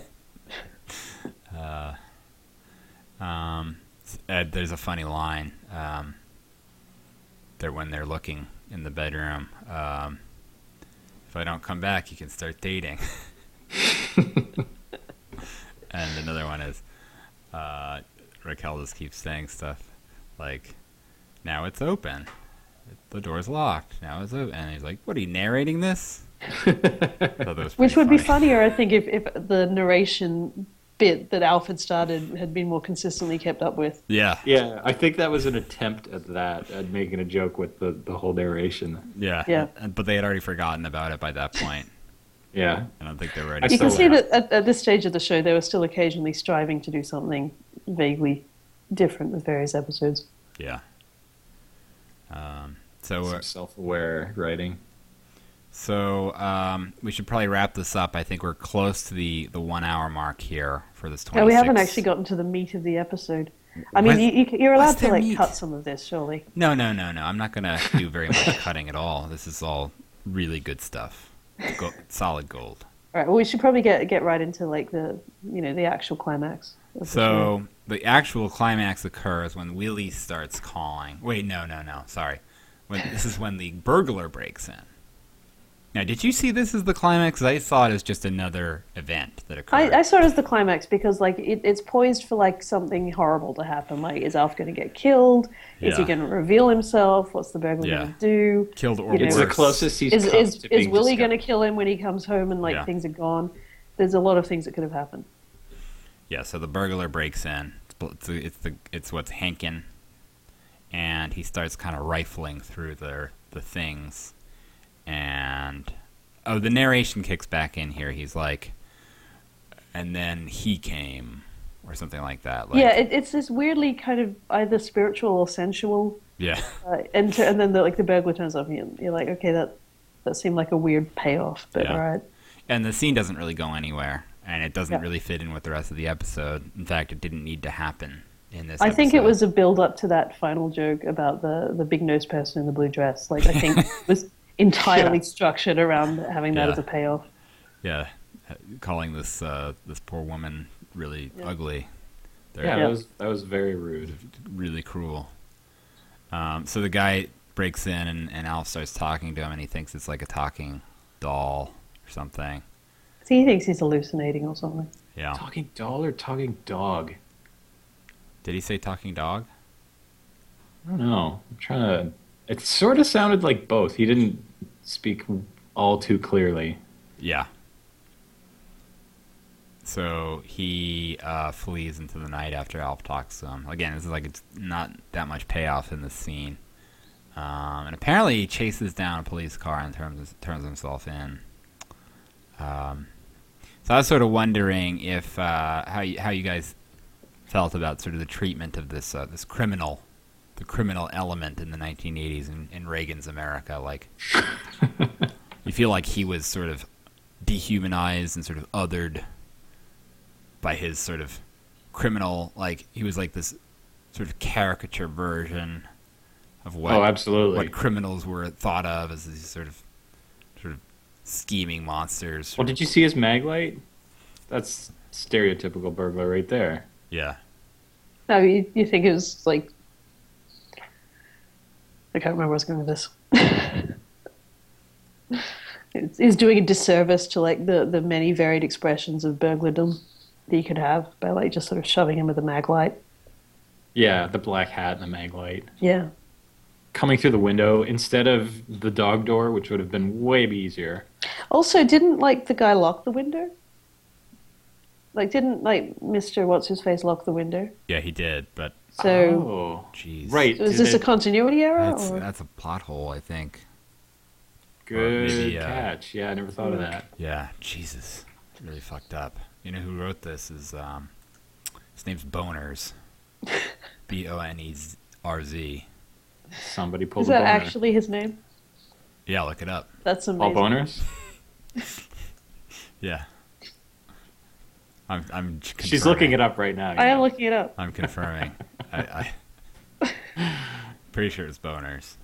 Speaker 2: uh, there's a funny line um, that when they're looking in the bedroom, um, if I don't come back, you can start dating. and another one is uh, Raquel just keeps saying stuff like, "Now it's open, the door's locked. Now it's open." And he's like, "What are you narrating this?" I thought that was
Speaker 3: Which
Speaker 2: pretty
Speaker 3: would be funnier, I think, if, if the narration bit that Alfred started had been more consistently kept up with.
Speaker 2: Yeah,
Speaker 1: Yeah, I think that was an attempt at that, at making a joke with the, the whole narration.
Speaker 2: yeah,
Speaker 3: Yeah.
Speaker 2: And- But they had already forgotten about it by that point.
Speaker 1: Yeah.
Speaker 2: I don't think they were
Speaker 1: I
Speaker 2: ready.
Speaker 3: You
Speaker 1: still
Speaker 3: can see
Speaker 1: laugh.
Speaker 3: that at, at this stage of the show, they were still occasionally striving to do something vaguely different with various episodes.
Speaker 2: Yeah. Um, so uh,
Speaker 1: Some self aware writing.
Speaker 2: so um, we should probably wrap this up. I think we're close to the, the one hour mark here for this. 26.
Speaker 3: Now, Oh, we haven't actually gotten to the meat of the episode. I mean,
Speaker 2: Where's-
Speaker 3: you, you, c- you're
Speaker 2: where's
Speaker 3: allowed to
Speaker 2: their
Speaker 3: like
Speaker 2: meat?
Speaker 3: cut some of this, surely.
Speaker 2: No, no, no, no. I'm not gonna do very much cutting at all. This is all really good stuff. Go- solid gold.
Speaker 3: All right. Well, we should probably get get right into like the you know the actual climax. of the show.
Speaker 2: So the actual climax occurs when Willie starts calling. Wait, no, no, no. Sorry. When, this is when the burglar breaks in. Now, did you see this as the climax? I saw it as just another event that occurred.
Speaker 3: I, I saw it as the climax because like it, it's poised for like something horrible to happen. Like, is Alf going to get killed? Is he
Speaker 2: Yeah.
Speaker 3: going to reveal himself? What's the burglar
Speaker 2: Yeah.
Speaker 3: going to do?
Speaker 2: Killed or
Speaker 3: You know,
Speaker 1: It's
Speaker 2: worse.
Speaker 1: the closest he's
Speaker 3: Is
Speaker 1: come
Speaker 3: is,
Speaker 1: to
Speaker 3: is
Speaker 1: being
Speaker 3: Willie going to
Speaker 1: discovered.
Speaker 3: kill him when he comes home and like
Speaker 2: Yeah.
Speaker 3: things are gone? There's a lot of things that could have happened.
Speaker 2: Yeah, so the burglar breaks in. It's bl- It's the- it's, the, it's what's Hankin, and he starts kind of rifling through their the things, and oh, the narration kicks back in here. He's like, and then he came, or something like that. Like,
Speaker 3: yeah, it, it's this weirdly kind of either spiritual or sensual,
Speaker 2: yeah,
Speaker 3: uh, and to, and then the, like the burglar turns up and you're, you're like, okay, that that seemed like a weird payoff, but
Speaker 2: Yeah.
Speaker 3: all right.
Speaker 2: and the scene doesn't really go anywhere, and it doesn't
Speaker 3: Yeah.
Speaker 2: really fit in with the rest of the episode. In fact, it didn't need to happen in this.
Speaker 3: I think it
Speaker 2: episode.
Speaker 3: was a build up to that final joke about the the big nosed person in the blue dress. Like I think it was entirely structured around having that
Speaker 2: Yeah.
Speaker 3: as a payoff.
Speaker 2: yeah, uh, calling this uh, this poor woman really ugly. There.
Speaker 1: Yeah,
Speaker 3: Yeah.
Speaker 1: That, was, that was very rude.
Speaker 2: really cruel. Um, so the guy breaks in, and, and Alf starts talking to him, and he thinks it's like a talking doll or something.
Speaker 3: So he thinks he's hallucinating or something.
Speaker 2: Yeah.
Speaker 1: Talking doll or talking dog?
Speaker 2: Did he say talking dog?
Speaker 1: I don't know. I'm trying to. It sort of sounded like both. He didn't speak all too clearly.
Speaker 2: Yeah. So he uh, flees into the night after Alf talks to him. Again, this is like it's not that much payoff in this scene. Um, and apparently, he chases down a police car and turns turns himself in. Um, so I was sort of wondering if uh, how you, how you guys felt about sort of the treatment of this uh, this criminal, the criminal element in the 1980s in, in Reagan's America. Like, you feel like he was sort of dehumanized and sort of othered by his sort of criminal like he was like this sort of caricature version of what
Speaker 1: oh, absolutely.
Speaker 2: what criminals were thought of as these sort of sort of scheming monsters.
Speaker 1: Well, did you see his mag light? That's stereotypical burglar right there.
Speaker 2: Yeah.
Speaker 3: No, you, you think it was like. I can't remember where I was going with this. it's, it's doing a disservice to like the, the many varied expressions of burglardom that you could have by like just sort of shoving him with a mag light.
Speaker 1: Yeah, the black hat and the mag light.
Speaker 3: Yeah.
Speaker 1: Coming through the window instead of the dog door, which would have been way easier.
Speaker 3: Also, didn't like the guy lock the window? Like, didn't like Mister What's His Face lock the window?
Speaker 2: Yeah, he did, but
Speaker 3: So
Speaker 1: oh,
Speaker 2: jeez.
Speaker 1: right.
Speaker 3: was this a continuity error?
Speaker 2: That's
Speaker 3: or?
Speaker 2: that's a plot hole, I think.
Speaker 1: good
Speaker 2: maybe, uh,
Speaker 1: catch? Yeah, I never thought of that.
Speaker 2: Yeah, Jesus. Really fucked up. You know who wrote this is um his name's Boners. B O N E R Z.
Speaker 1: Somebody pulled
Speaker 3: Is
Speaker 1: a
Speaker 3: that
Speaker 1: boner.
Speaker 3: actually his name?
Speaker 2: Yeah, look it up.
Speaker 3: That's
Speaker 1: All
Speaker 3: amazing.
Speaker 1: boners?
Speaker 2: Yeah. I'm I'm j- confirming.
Speaker 1: She's looking it up right now.
Speaker 3: I
Speaker 1: yeah.
Speaker 3: am looking it up.
Speaker 2: I'm confirming. I, I pretty sure it's Boners.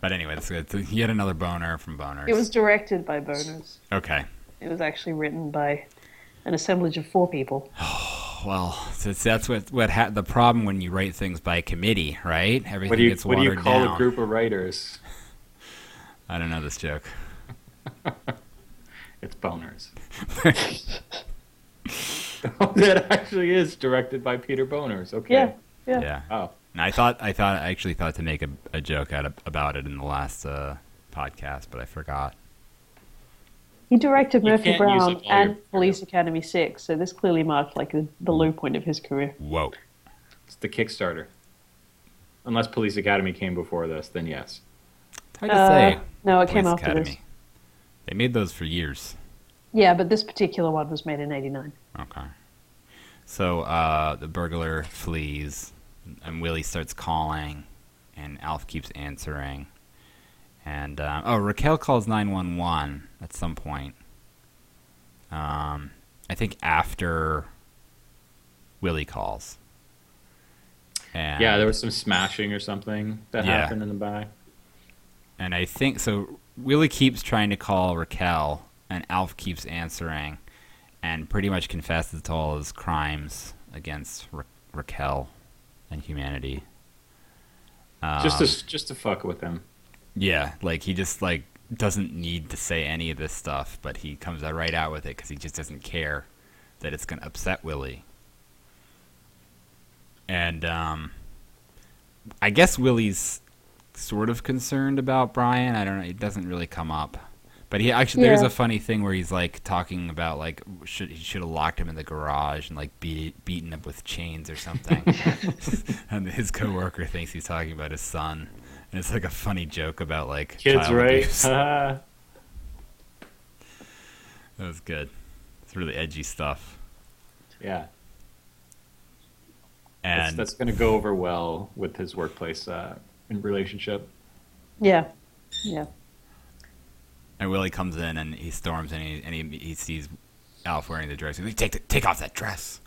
Speaker 2: But anyway, it's, it's yet another boner from Boners.
Speaker 3: It was directed by Boners.
Speaker 2: okay.
Speaker 3: It was actually written by an assemblage of four people.
Speaker 2: Well, since that's what what ha- the problem when you write things by committee, right? Everything
Speaker 1: what do you
Speaker 2: gets
Speaker 1: what
Speaker 2: watered
Speaker 1: do you call
Speaker 2: down.
Speaker 1: a group of writers?
Speaker 2: I don't know this joke.
Speaker 1: It's boners. Oh, that actually is directed by Peter Boners. Okay.
Speaker 3: Yeah. Yeah.
Speaker 2: Yeah.
Speaker 1: Oh,
Speaker 2: And I thought I thought I actually thought to make a, a joke out of, about it in the last uh, podcast, but I forgot.
Speaker 3: He directed
Speaker 1: You
Speaker 3: Murphy
Speaker 1: can't use
Speaker 3: Brown
Speaker 1: it all
Speaker 3: and
Speaker 1: your-
Speaker 3: Police Academy 6, so this clearly marked like the, the low point of his career.
Speaker 2: Whoa.
Speaker 1: it's the Kickstarter. Unless Police Academy came before this, then yes.
Speaker 2: It's hard to say.
Speaker 3: No, it Uh, came
Speaker 2: Police
Speaker 3: after this.
Speaker 2: They made those for years.
Speaker 3: Yeah, but this particular one was made in 89.
Speaker 2: Okay. So uh, the burglar flees, and Willie starts calling, and Alf keeps answering. And uh, oh, Raquel calls nine one one at some point. Um, I think after Willie calls. And,
Speaker 1: Yeah, there was some smashing or something that
Speaker 2: Yeah.
Speaker 1: happened in the back.
Speaker 2: and I think so. Willie keeps trying to call Raquel, and Alf keeps answering, and pretty much confesses to all his crimes against Ra- Raquel and humanity. Um,
Speaker 1: Just to just to fuck with him.
Speaker 2: yeah, like he just like doesn't need to say any of this stuff, but he comes out right out with it because he just doesn't care that it's gonna upset Willie. And um, I guess Willie's sort of concerned about Brian. I don't know; it doesn't really come up. But he actually there's
Speaker 3: Yeah.
Speaker 2: a funny thing where he's like talking about like should he should have locked him in the garage and like beat beaten up with chains or something. and his coworker thinks he's talking about his son. And it's like a funny joke about like
Speaker 1: Kids,
Speaker 2: child
Speaker 1: right?
Speaker 2: abuse.
Speaker 1: Haha.
Speaker 2: That was good. It's really edgy stuff.
Speaker 1: yeah, that's,
Speaker 2: And
Speaker 1: that's going to go over well with his workplace uh, and relationship.
Speaker 3: Yeah. Yeah.
Speaker 2: and Willie comes in and he storms and he and he, he sees Alf wearing the dress. He's like, take the, take off that dress.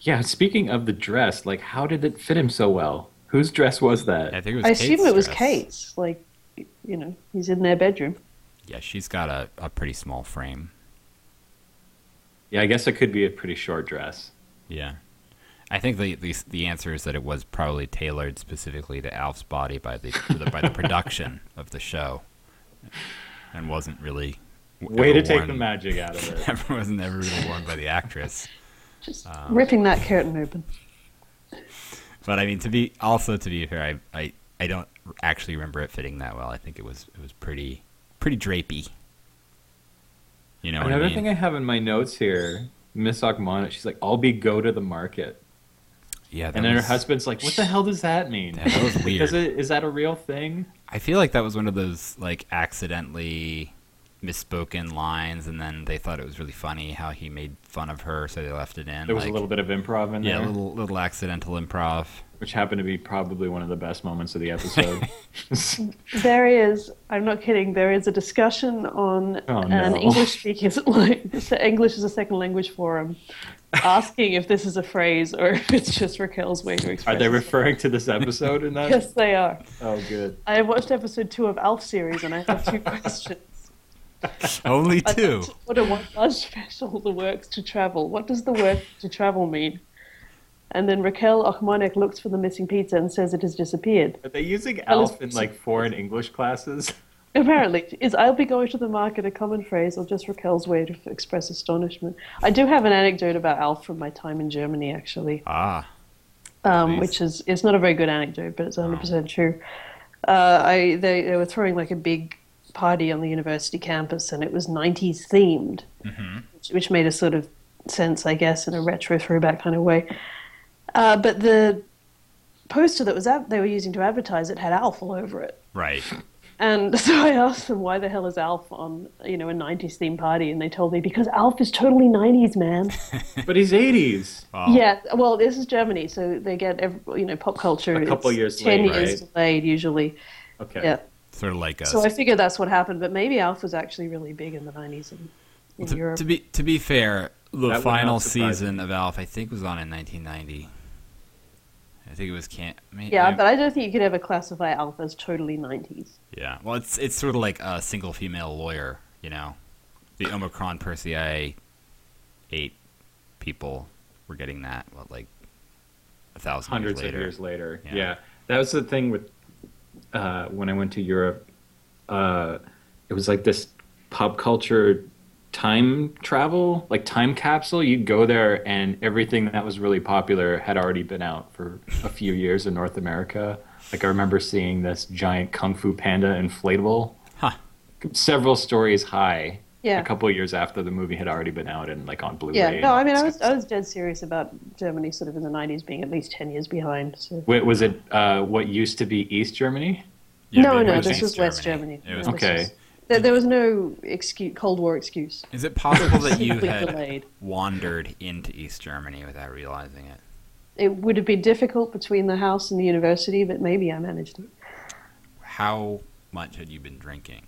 Speaker 1: Yeah, speaking of the dress, like how did it fit him so well? Whose dress was that?
Speaker 2: I think it was.
Speaker 3: I
Speaker 2: Kate's
Speaker 3: assume it was
Speaker 2: dress.
Speaker 3: Kate's. Like, you know, he's in their bedroom.
Speaker 2: Yeah, she's got a, a pretty small frame.
Speaker 1: Yeah, I guess it could be a pretty short dress.
Speaker 2: Yeah, I think the, the the answer is that it was probably tailored specifically to Alf's body by the, the by the production of the show, and wasn't really
Speaker 1: Way
Speaker 2: ever
Speaker 1: to take
Speaker 2: worn-
Speaker 1: the magic out of it.
Speaker 2: Never wasn't ever really worn by the actress.
Speaker 1: Ah,
Speaker 3: Just ripping that curtain open.
Speaker 2: But I mean, to be also to be fair, I, I I don't actually remember it fitting that well. I think it was it was pretty pretty drapey. You know what
Speaker 1: Another
Speaker 2: I mean?
Speaker 1: thing I have in my notes here, Miss Ogmana, she's like, I'll be go to the market.
Speaker 2: yeah, that
Speaker 1: And then her
Speaker 2: was-
Speaker 1: husband's like, What the hell does that mean?
Speaker 2: Yeah, that was
Speaker 1: Does
Speaker 2: weird.
Speaker 1: it, is that a real thing?
Speaker 2: I feel like that was one of those like accidentally misspoken lines, and then they thought it was really funny how he made fun of her, so they left it in.
Speaker 1: There was
Speaker 2: like-
Speaker 1: a little bit of improv in
Speaker 2: yeah,
Speaker 1: there,
Speaker 2: a little little accidental improv.
Speaker 1: which happened to be probably one of the best moments of the episode.
Speaker 3: There is, I'm not kidding, there is a discussion on
Speaker 1: Oh,
Speaker 3: an
Speaker 1: no.
Speaker 3: English speakers, like, English is a second language forum, asking if this is a phrase or if it's just Raquel's way to express
Speaker 1: Are they
Speaker 3: it.
Speaker 1: referring to this episode in that?
Speaker 3: Yes, they are.
Speaker 1: Oh, good.
Speaker 3: I have watched episode two of ALF series and I have two questions.
Speaker 2: Only
Speaker 3: I'd
Speaker 2: two.
Speaker 3: like to order one large special, the works to travel. What does the work to travel mean? And then Raquel Ochmanek looks for the missing pizza and says it has disappeared.
Speaker 1: Are they using
Speaker 3: was-
Speaker 1: elf in like foreign English classes?
Speaker 3: Apparently, is I'll be going to the market a common phrase or just Raquel's way to f- express astonishment? I do have an anecdote about Alf from my time in Germany, actually,
Speaker 2: Ah,
Speaker 3: um,
Speaker 2: please.
Speaker 3: which is it's not a very good anecdote, but it's 100% true. Uh, I they, they were throwing like a big party on the university campus, and it was 90s themed, which, which made a sort of sense, I guess, in a retro throwback kind of way. Uh, but the poster that was ad- they were using to advertise it had Alf all over it.
Speaker 2: right.
Speaker 3: And so I asked them, why the hell is Alf on, you know, a 90s theme party? And they told me, because Alf is totally 90s, man.
Speaker 1: But he's 80s.
Speaker 2: Wow.
Speaker 3: Yeah, well, this is Germany, so they get, ev you know, pop culture.
Speaker 1: A couple
Speaker 3: it's
Speaker 1: years
Speaker 3: 10
Speaker 1: late,
Speaker 3: years delayed, usually.
Speaker 1: Okay.
Speaker 3: Yeah.
Speaker 2: Sort of like us.
Speaker 3: So I figured that's what happened, but maybe Alf was actually really big in the 90s in, in
Speaker 2: to,
Speaker 3: Europe.
Speaker 2: to be to be fair, the
Speaker 1: not
Speaker 2: final
Speaker 1: surprise
Speaker 2: season of Alf, I think, was on in 1990. I think it was can't. May,
Speaker 3: yeah,
Speaker 2: may-
Speaker 3: but I don't think you could ever classify Alf as totally 90s.
Speaker 2: yeah. Well, it's it's sort of like a single female lawyer, you know, the Omicron Persei, eight people were getting that. What like a thousand
Speaker 1: hundreds
Speaker 2: years later.
Speaker 1: of years later.
Speaker 2: Yeah.
Speaker 1: Yeah. that was the thing with uh, when I went to Europe. Uh, it was like this pop culture time travel, like time capsule. You'd go there, and everything that was really popular had already been out for a few years in North America. Like I remember seeing this giant kung fu panda inflatable,
Speaker 2: Huh.
Speaker 1: several stories high.
Speaker 3: Yeah.
Speaker 1: A couple years after the movie had already been out and like on Blu-ray.
Speaker 3: Yeah, no, I mean, I was,
Speaker 1: was.
Speaker 3: I was dead serious about Germany sort of in the 90s being at least 10 years behind. So.
Speaker 1: Was it uh, what used to be East Germany?
Speaker 2: Yeah,
Speaker 3: no,
Speaker 2: but it
Speaker 3: no,
Speaker 2: was
Speaker 3: this
Speaker 2: East
Speaker 3: was West Germany.
Speaker 2: Germany. It was-
Speaker 3: No, this
Speaker 1: Okay.
Speaker 3: was- there, there was no excuse, Cold War excuse.
Speaker 2: Is it possible that you
Speaker 3: Simply
Speaker 2: had
Speaker 3: delayed.
Speaker 2: wandered into East Germany without realizing it?
Speaker 3: It would have been difficult between the house and the university, but maybe I managed it.
Speaker 2: How much had you been drinking?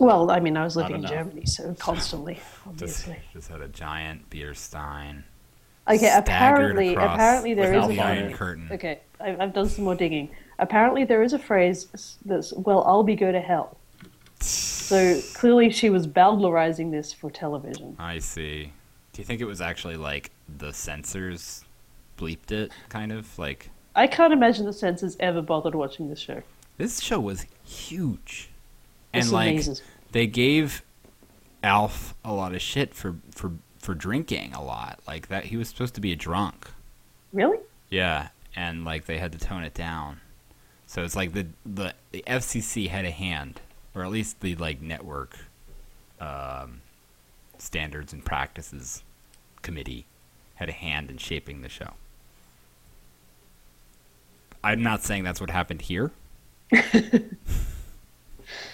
Speaker 3: Well, I mean, I was living in
Speaker 1: enough.
Speaker 3: Germany, so constantly,
Speaker 2: Just,
Speaker 3: obviously.
Speaker 2: just had a giant beer stein.
Speaker 3: Okay,
Speaker 2: staggered
Speaker 3: apparently,
Speaker 2: across
Speaker 3: apparently there is
Speaker 2: without
Speaker 3: a
Speaker 2: lion
Speaker 1: fire.
Speaker 2: curtain.
Speaker 3: Okay, I, I've done some more digging. Apparently, there is a phrase that's, well, I'll be go to hell. So clearly, she was bowdlerizing this for television.
Speaker 2: I see. Do you think it was actually like the censors bleeped it, kind of like
Speaker 3: I can't imagine the censors ever bothered watching this show.
Speaker 2: this show was huge,
Speaker 3: This
Speaker 2: and like
Speaker 3: amazes me.
Speaker 2: they gave Alf a lot of shit for for for drinking a lot, like that he was supposed to be a drunk.
Speaker 3: Really?
Speaker 2: Yeah, and like they had to tone it down. So it's like the the, the FCC had a hand, or at least the like network um, standards and practices committee had a hand in shaping the show. I'm not saying that's what happened here.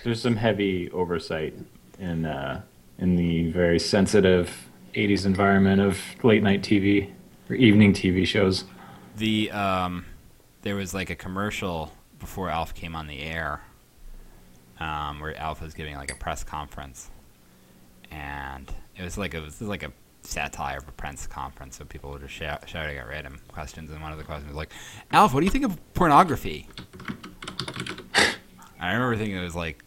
Speaker 1: There's some heavy oversight in uh, in the very sensitive '80s environment of late night TV or evening TV shows.
Speaker 2: The um, there was like a commercial before Alf came on the air, um, where Alf was giving like a press conference, and it was like a, it was like a satire of a press conference, so people were just shout, shouting at random questions, and one of the questions was like, "Alf, what do you think of pornography?" I remember thinking it was like,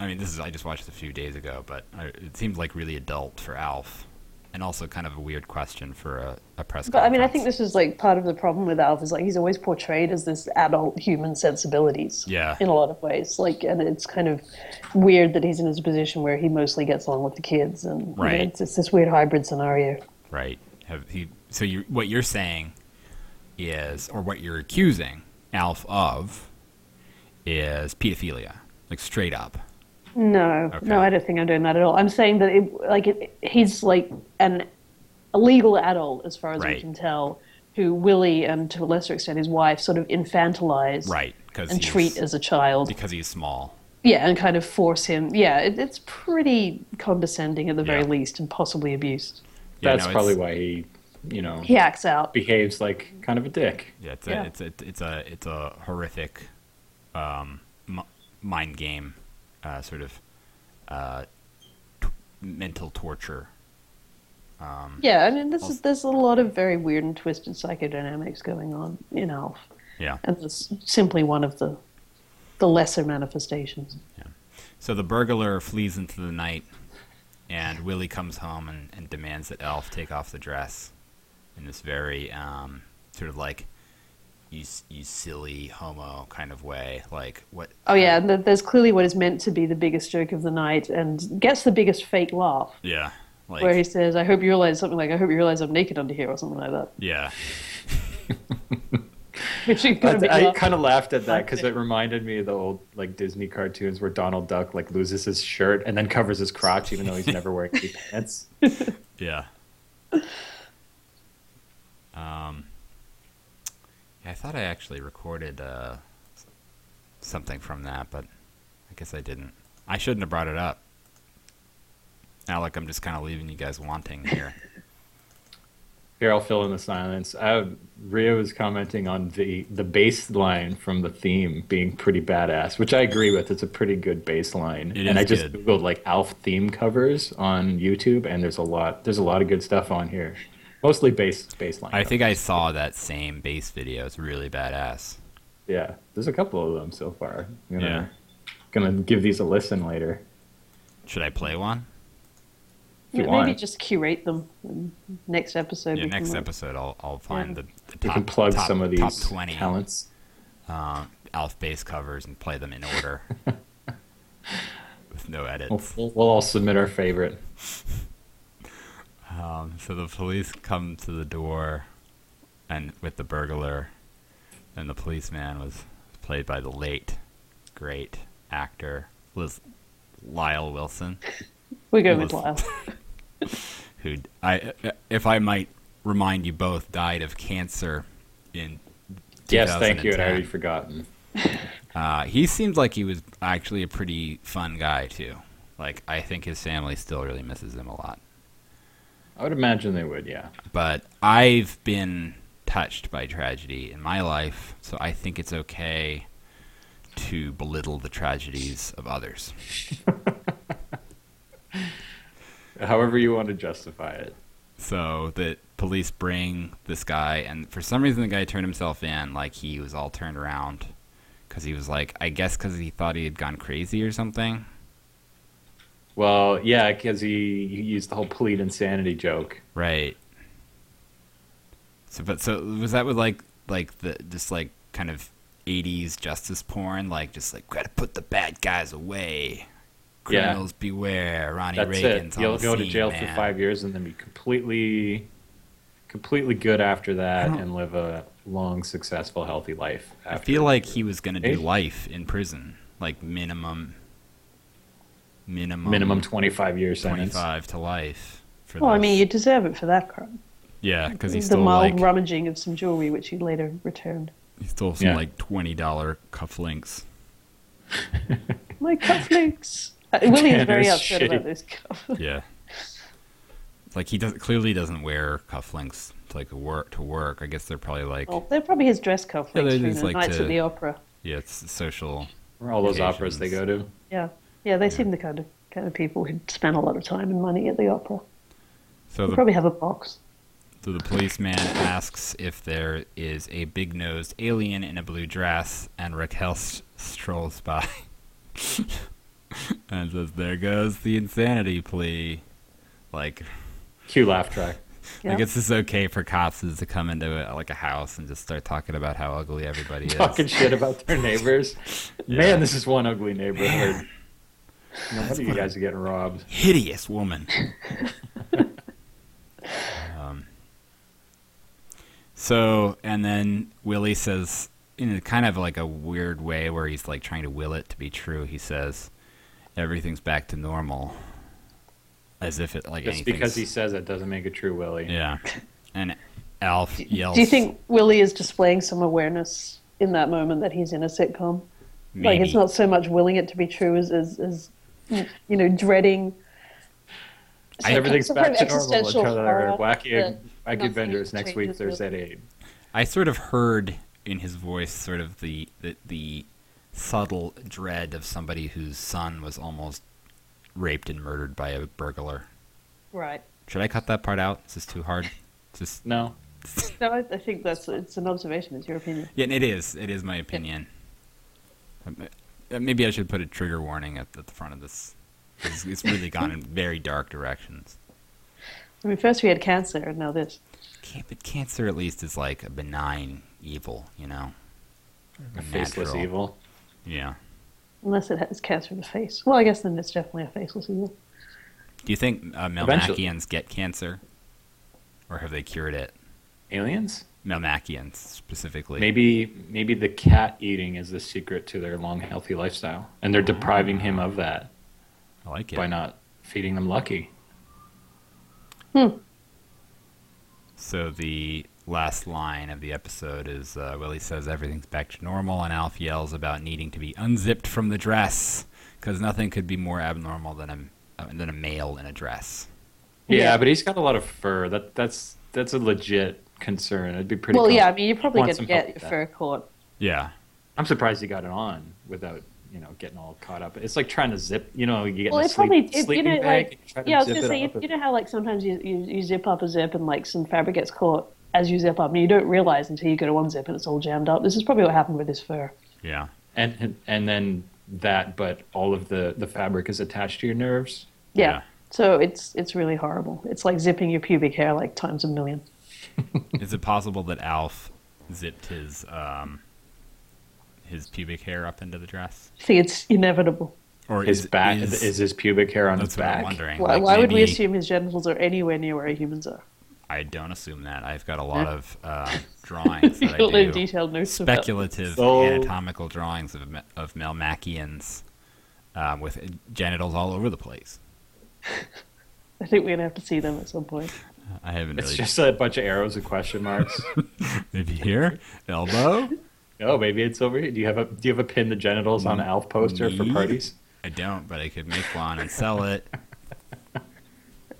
Speaker 2: I mean, this is I just watched a few days ago, but I, it seemed like really adult for Alf, and also kind of a weird question for a, a press.
Speaker 3: But I
Speaker 2: conference.
Speaker 3: mean, I think this is like part of the problem with Alf is like he's always portrayed as this adult human sensibilities.
Speaker 2: Yeah.
Speaker 3: In a lot of ways, like, and it's kind of weird that he's in this position where he mostly gets along with the kids, and you know,
Speaker 2: Right.
Speaker 3: it's, it's this weird hybrid scenario.
Speaker 2: Right. Have he? So you, what you're saying is, or what you're accusing Alf of, is pedophilia, like straight up.
Speaker 3: No,
Speaker 2: Okay.
Speaker 3: no, I don't think I'm doing that at all. I'm saying that it, like it, he's like an a legal adult as far as
Speaker 2: Right.
Speaker 3: we can tell, who Willie and to a lesser extent his wife sort of infantilize
Speaker 2: Right. Because
Speaker 3: and treat as a child.
Speaker 2: because he's small.
Speaker 3: Yeah, and kind of force him. Yeah, it, it's pretty condescending at the very
Speaker 2: Yeah.
Speaker 3: least and possibly abuse.
Speaker 2: Yeah,
Speaker 1: That's
Speaker 2: no, it's-
Speaker 1: probably why he, you know,
Speaker 3: He acts out.
Speaker 1: behaves like kind of a dick.
Speaker 2: Yeah, it's
Speaker 3: Yeah.
Speaker 2: a it's a it's a it's a horrific um, m- mind game, uh, sort of uh, t- mental torture.
Speaker 3: Yeah, I mean, this is, there's a lot of very weird and twisted psychodynamics going on in Alf,
Speaker 2: Yeah.
Speaker 3: and it's simply one of the the lesser manifestations.
Speaker 2: So the burglar flees into the night, and Willie comes home and, and demands that Elf take off the dress in this very um, sort of like you s- you silly homo kind of way. Like what?
Speaker 3: Oh yeah, and th- there's clearly what is meant to be the biggest joke of the night, and gets the biggest fake laugh,
Speaker 2: Yeah. Like
Speaker 3: where he says, "I hope you realize something like I hope you realize I'm naked under here" or something like that.
Speaker 2: yeah.
Speaker 3: Which is
Speaker 1: I,
Speaker 3: gonna be
Speaker 1: I
Speaker 3: laugh-
Speaker 1: kind of laughed at that because it reminded me of the old like Disney cartoons where Donald Duck like loses his shirt and then covers his crotch even though he's never wearing any pants.
Speaker 2: Yeah. Um, yeah, I thought I actually recorded uh, s- something from that, but I guess I didn't. I shouldn't have brought it up. Alec, I'm just kind of leaving you guys wanting here.
Speaker 1: Here, I'll fill in the silence. Uh, Ria was commenting on the the bass line from the theme being pretty badass, which I agree with. It's a pretty good bass line.
Speaker 2: It
Speaker 1: and I
Speaker 2: is
Speaker 1: just
Speaker 2: good.
Speaker 1: googled like Alf theme covers on YouTube, and there's a lot there's a lot of good stuff on here, mostly bass bass line.
Speaker 2: I
Speaker 1: covers.
Speaker 2: think I saw that same bass video. It's really badass.
Speaker 1: yeah, there's a couple of them so far. I'm
Speaker 2: Yeah.
Speaker 1: gonna, gonna give these a listen later.
Speaker 2: Should I play one?
Speaker 1: you
Speaker 3: maybe
Speaker 1: want.
Speaker 3: just curate them. and Next episode.
Speaker 2: Yeah,
Speaker 3: we
Speaker 2: next
Speaker 3: can-
Speaker 2: episode, I'll, I'll find the, the
Speaker 1: You
Speaker 2: top,
Speaker 1: can plug
Speaker 2: top-
Speaker 1: some of
Speaker 2: top
Speaker 1: these
Speaker 2: 20
Speaker 1: talents.
Speaker 2: Alf bass covers and play them in order with no edits.
Speaker 1: We'll, we'll, we'll all submit our favorite.
Speaker 2: So the police come to the door, and with the burglar, and the policeman was played by the late, great actor Liz Lyle Wilson,
Speaker 3: We're going with
Speaker 2: Listen.
Speaker 3: Lyle.
Speaker 2: who I, uh, if I might remind you both, died of cancer. In
Speaker 1: Yes, thank you. And I
Speaker 2: 2010.
Speaker 1: already forgotten.
Speaker 2: uh, he seemed like he was actually a pretty fun guy too. Like I think his family still really misses him a lot.
Speaker 1: I would imagine they would. Yeah.
Speaker 2: but I've been touched by tragedy in my life, so I think it's okay to belittle the tragedies of others.
Speaker 1: However you want to justify it.
Speaker 2: So the police bring this guy, and for some reason, the guy turned himself in, like he was all turned around because he was like, I guess because he thought he had gone crazy or something.
Speaker 1: Well, yeah, because he, he used the whole plead insanity joke.
Speaker 2: Right. So, but so was that with like like the just like kind of '80s justice porn, like just like gotta put the bad guys away,
Speaker 1: Yeah.
Speaker 2: criminals beware, Ronnie
Speaker 1: That's
Speaker 2: Reagan's
Speaker 1: it.
Speaker 2: on
Speaker 1: You'll
Speaker 2: the
Speaker 1: go to
Speaker 2: scene,
Speaker 1: jail for
Speaker 2: man.
Speaker 1: five years and then be completely, completely good after that
Speaker 2: don't-
Speaker 1: and live a long, successful, healthy life.
Speaker 2: I
Speaker 1: After.
Speaker 2: feel like he was gonna do
Speaker 1: Eight?
Speaker 2: life in prison, like minimum, minimum,
Speaker 1: minimum twenty-five year sentence.
Speaker 2: twenty-five to life. For
Speaker 3: Well, I
Speaker 2: this.
Speaker 3: mean, you deserve it for that crime.
Speaker 2: yeah, because he
Speaker 3: The
Speaker 2: stole
Speaker 3: mild
Speaker 2: like
Speaker 3: rummaging of some jewelry, which he later returned.
Speaker 2: he stole some
Speaker 1: Yeah.
Speaker 2: like twenty-dollar cufflinks.
Speaker 3: My cufflinks. Uh, Willie's very
Speaker 1: Tanner's
Speaker 3: upset about
Speaker 1: shitty.
Speaker 3: those cufflinks.
Speaker 2: Yeah. Like he doesn't clearly doesn't wear cufflinks to like work to work. I guess they're probably like
Speaker 3: Well, they're probably his dress cufflinks
Speaker 2: Yeah, they
Speaker 3: from
Speaker 2: just
Speaker 3: the
Speaker 2: like
Speaker 3: Nights
Speaker 2: to-
Speaker 3: at the Opera.
Speaker 2: yeah, it's social.
Speaker 1: Where all those operas they go to.
Speaker 3: Yeah, yeah, they seem the kind of kind of people who spend a lot of time and money at the opera.
Speaker 2: So
Speaker 3: They
Speaker 2: the
Speaker 3: probably have a box.
Speaker 2: so the policeman asks if there is a big nosed alien in a blue dress, and Raquel s- strolls by and says, "There goes the insanity plea." Like
Speaker 1: Cue laugh track.
Speaker 3: Yeah.
Speaker 2: I guess it's okay for cops is to come into a, like a house and just start talking about how ugly everybody is.
Speaker 1: Talking shit about their neighbors. Man, this is one ugly neighborhood. No wonder you guys are getting robbed.
Speaker 2: hideous woman. um, so, and then Willie says, in a kind of like a weird way where he's like trying to will it to be true, he says, everything's back to normal. As if it like
Speaker 1: Just
Speaker 2: anything's-
Speaker 1: because he says it doesn't make it true, Willie.
Speaker 2: Yeah. And Alf yells.
Speaker 3: Do you think Willie is displaying some awareness in that moment that he's in a sitcom?
Speaker 2: Maybe.
Speaker 3: Like it's not so much willing it to be true as as, as you know dreading.
Speaker 7: I- Everything's
Speaker 3: some
Speaker 7: back
Speaker 3: kind
Speaker 7: to
Speaker 3: of
Speaker 7: normal.
Speaker 3: existential
Speaker 7: Another
Speaker 3: horror
Speaker 7: wacky,
Speaker 3: that
Speaker 7: wacky
Speaker 3: nothing
Speaker 7: Avengers next week,
Speaker 3: changes with.
Speaker 7: Thursday at 8.
Speaker 2: I sort of heard in his voice sort of the, the the subtle dread of somebody whose son was almost raped and murdered by a burglar.
Speaker 3: Right.
Speaker 2: Should I cut that part out? Is this too hard? Is this-
Speaker 1: No.
Speaker 3: No, I, I think that's it's an observation. It's your opinion.
Speaker 2: yeah, it is. It is my opinion. Um, uh, Maybe I should put a trigger warning at, at the front of this. 'cause It's really gone in very dark directions.
Speaker 3: I mean, first we had cancer, and now this.
Speaker 2: Can- But cancer, at least, is like a benign evil, you know? A
Speaker 1: Faceless
Speaker 2: natural-
Speaker 1: evil.
Speaker 2: Yeah.
Speaker 3: Unless it has cancer in the face. Well, I guess then it's definitely a faceless evil.
Speaker 2: Do you think uh,
Speaker 1: Eventually.
Speaker 2: Melmacians get cancer? Or have they cured it?
Speaker 1: Aliens?
Speaker 2: Melmacians, specifically.
Speaker 1: Maybe maybe the cat eating is the secret to their long healthy lifestyle, and they're depriving him of that
Speaker 2: I like it.
Speaker 1: by not feeding them lucky.
Speaker 2: So the last line of the episode is uh, Willie says everything's back to normal, and Alf yells about needing to be unzipped from the dress because nothing could be more abnormal than a uh, than a male in a dress.
Speaker 1: Yeah,
Speaker 3: Yeah.
Speaker 1: but he's got a lot of fur. That that's that's a legit concern. It'd be pretty.
Speaker 3: well,
Speaker 1: com-
Speaker 3: yeah. I mean, you're probably
Speaker 1: want
Speaker 3: going to
Speaker 1: some
Speaker 3: get
Speaker 1: help
Speaker 3: your
Speaker 1: with that.
Speaker 3: fur caught.
Speaker 2: Yeah,
Speaker 1: I'm surprised he got it on without you know getting all caught up. It's like trying to zip. You know, you get
Speaker 3: Well,
Speaker 1: in a
Speaker 3: it
Speaker 1: sleep,
Speaker 3: probably it, you
Speaker 1: sleeping
Speaker 3: know
Speaker 1: bag.
Speaker 3: like
Speaker 1: and try to
Speaker 3: yeah. I was
Speaker 1: zip
Speaker 3: going to
Speaker 1: it
Speaker 3: say you,
Speaker 1: up.
Speaker 3: you know how like sometimes you, you you zip up a zip and like some fabric gets caught as you zip up, and you don't realize until you go to unzip and it's all jammed up. This is probably what happened with his fur.
Speaker 2: yeah.
Speaker 1: and and then that, but all of the the fabric is attached to your nerves.
Speaker 3: Yeah.
Speaker 2: Yeah.
Speaker 3: So it's it's really horrible. It's like zipping your pubic hair like times a million.
Speaker 2: is it possible that Alf zipped his um, his pubic hair up into the dress,
Speaker 3: See, it's inevitable.
Speaker 2: or
Speaker 1: His
Speaker 2: is,
Speaker 1: back
Speaker 2: Is,
Speaker 1: is, his pubic hair on his
Speaker 2: that's what I'm
Speaker 1: back.
Speaker 2: wondering.
Speaker 3: Why,
Speaker 2: Like,
Speaker 3: why would we
Speaker 2: maybe-
Speaker 3: assume his genitals are anywhere near where humans are?
Speaker 2: I don't assume that. I've got a lot of uh, drawings that I
Speaker 3: You'll learn
Speaker 2: do.
Speaker 3: detailed notes about-
Speaker 2: speculative
Speaker 1: So-
Speaker 2: anatomical drawings of Ma- of Melmacians um, with genitals all over the place.
Speaker 3: I think we're gonna have to see them at some point.
Speaker 2: I haven't
Speaker 1: It's
Speaker 2: really.
Speaker 1: just a bunch of arrows and question marks.
Speaker 2: Maybe here, elbow.
Speaker 1: oh, maybe it's over here. Do you have a do you have a pin the genitals on Alf poster for
Speaker 2: Me?
Speaker 1: parties?
Speaker 2: I don't, but I could make one and sell it.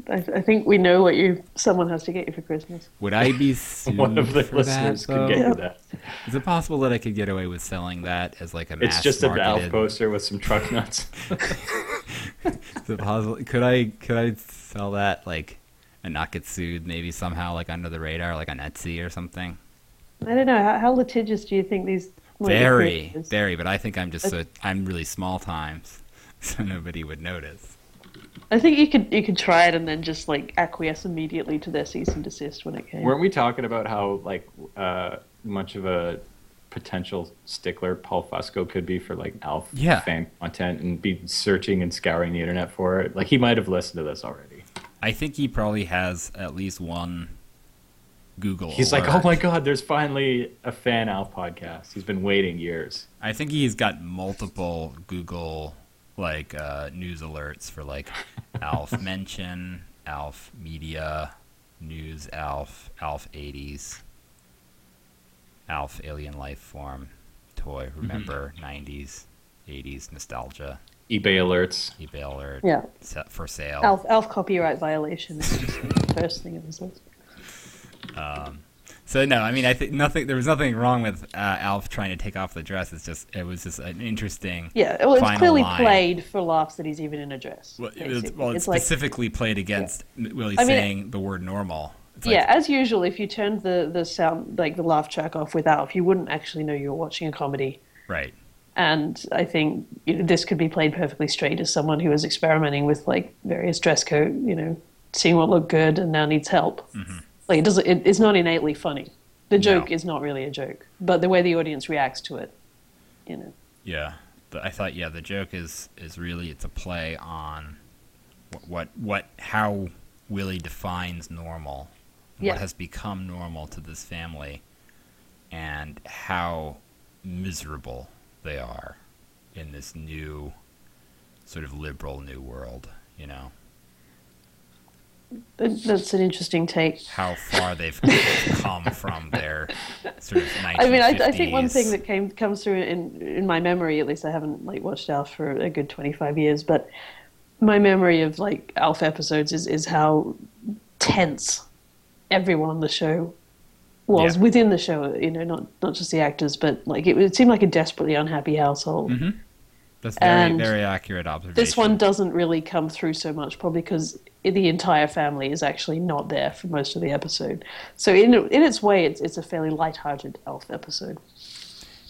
Speaker 3: I, I think we know what you someone has to get you for Christmas.
Speaker 2: Would I be sued
Speaker 1: One of the
Speaker 2: for
Speaker 1: listeners
Speaker 2: that?
Speaker 1: could get
Speaker 2: though?
Speaker 1: you
Speaker 3: Yeah.
Speaker 1: that.
Speaker 2: Is it possible that I could get away with selling that as like a mass
Speaker 1: It's just an Alf
Speaker 2: marketed-
Speaker 1: poster with some truck nuts.
Speaker 2: Is it possible? Could I could I sell that like and not get sued? Maybe somehow like under the radar, like on Etsy or something.
Speaker 3: I don't know how, how litigious do you think these might be
Speaker 2: Very,
Speaker 3: created?
Speaker 2: very. But I think I'm just so I'm really small times, so nobody would notice.
Speaker 3: I think you could you could try it and then just like acquiesce immediately to their cease and desist when it came.
Speaker 1: Weren't we talking about how like uh, much of a potential stickler Paul Fusco could be for like Alf
Speaker 2: Yeah.
Speaker 1: fan content and be searching and scouring the internet for it? Like he might have listened to this already.
Speaker 2: I think he probably has at least one Google.
Speaker 1: He's like, oh
Speaker 2: alert.
Speaker 1: my god, there's finally a fan Alf podcast. He's been waiting years.
Speaker 2: I think he's got multiple Google like uh, news alerts for like Alf mention, Alf media, news Alf, Alf eighties, Alf alien life form, toy
Speaker 1: Mm-hmm.
Speaker 2: remember 90s 80s nostalgia,
Speaker 1: eBay alerts.
Speaker 2: eBay alert,
Speaker 3: Yeah,
Speaker 2: set for sale.
Speaker 3: Alf, Alf copyright violation is the first thing in this list.
Speaker 2: So no, I mean, I think nothing. There was nothing wrong with uh, Alf trying to take off the dress. It's just it was just an interesting.
Speaker 3: Yeah, well, it's
Speaker 2: final
Speaker 3: clearly
Speaker 2: line.
Speaker 3: played for laughs that he's even in a dress.
Speaker 2: Well, it was,
Speaker 3: basically.
Speaker 2: well, it's,
Speaker 3: like,
Speaker 2: specifically played against Willie
Speaker 3: I mean-
Speaker 2: saying the word normal. It's like,
Speaker 3: yeah, as usual, if you turned the, the sound, like the laugh track off with Alf, you wouldn't actually know you were watching a comedy.
Speaker 2: right.
Speaker 3: And I think you know, this could be played perfectly straight as someone who is experimenting with like various dress code, you know, seeing what looked good and now needs help. Like it doesn't, it, it's not innately funny. The joke is not really a joke, but the way the audience reacts to it, you know.
Speaker 2: Yeah, the, I thought yeah the joke is is really it's a play on what what, what how Willie defines normal,
Speaker 3: Yeah.
Speaker 2: what has become normal to this family, and how miserable they are in this new sort of liberal new world. You know,
Speaker 3: that- that's an interesting take.
Speaker 2: how far they've come from their sort of 1950s.
Speaker 3: I mean, I, I think one thing that came comes through in in my memory, at least I haven't like watched Alf for a good twenty five years, but my memory of like Alf episodes is is how tense everyone on the show was
Speaker 2: Yeah.
Speaker 3: within the show. You know, not not just the actors, but like it, it seemed like a desperately unhappy household.
Speaker 2: that's very
Speaker 3: and
Speaker 2: very accurate observation.
Speaker 3: This one doesn't really come through so much, probably because the entire family is actually not there for most of the episode. So in in its way, it's it's a fairly light-hearted Elf episode.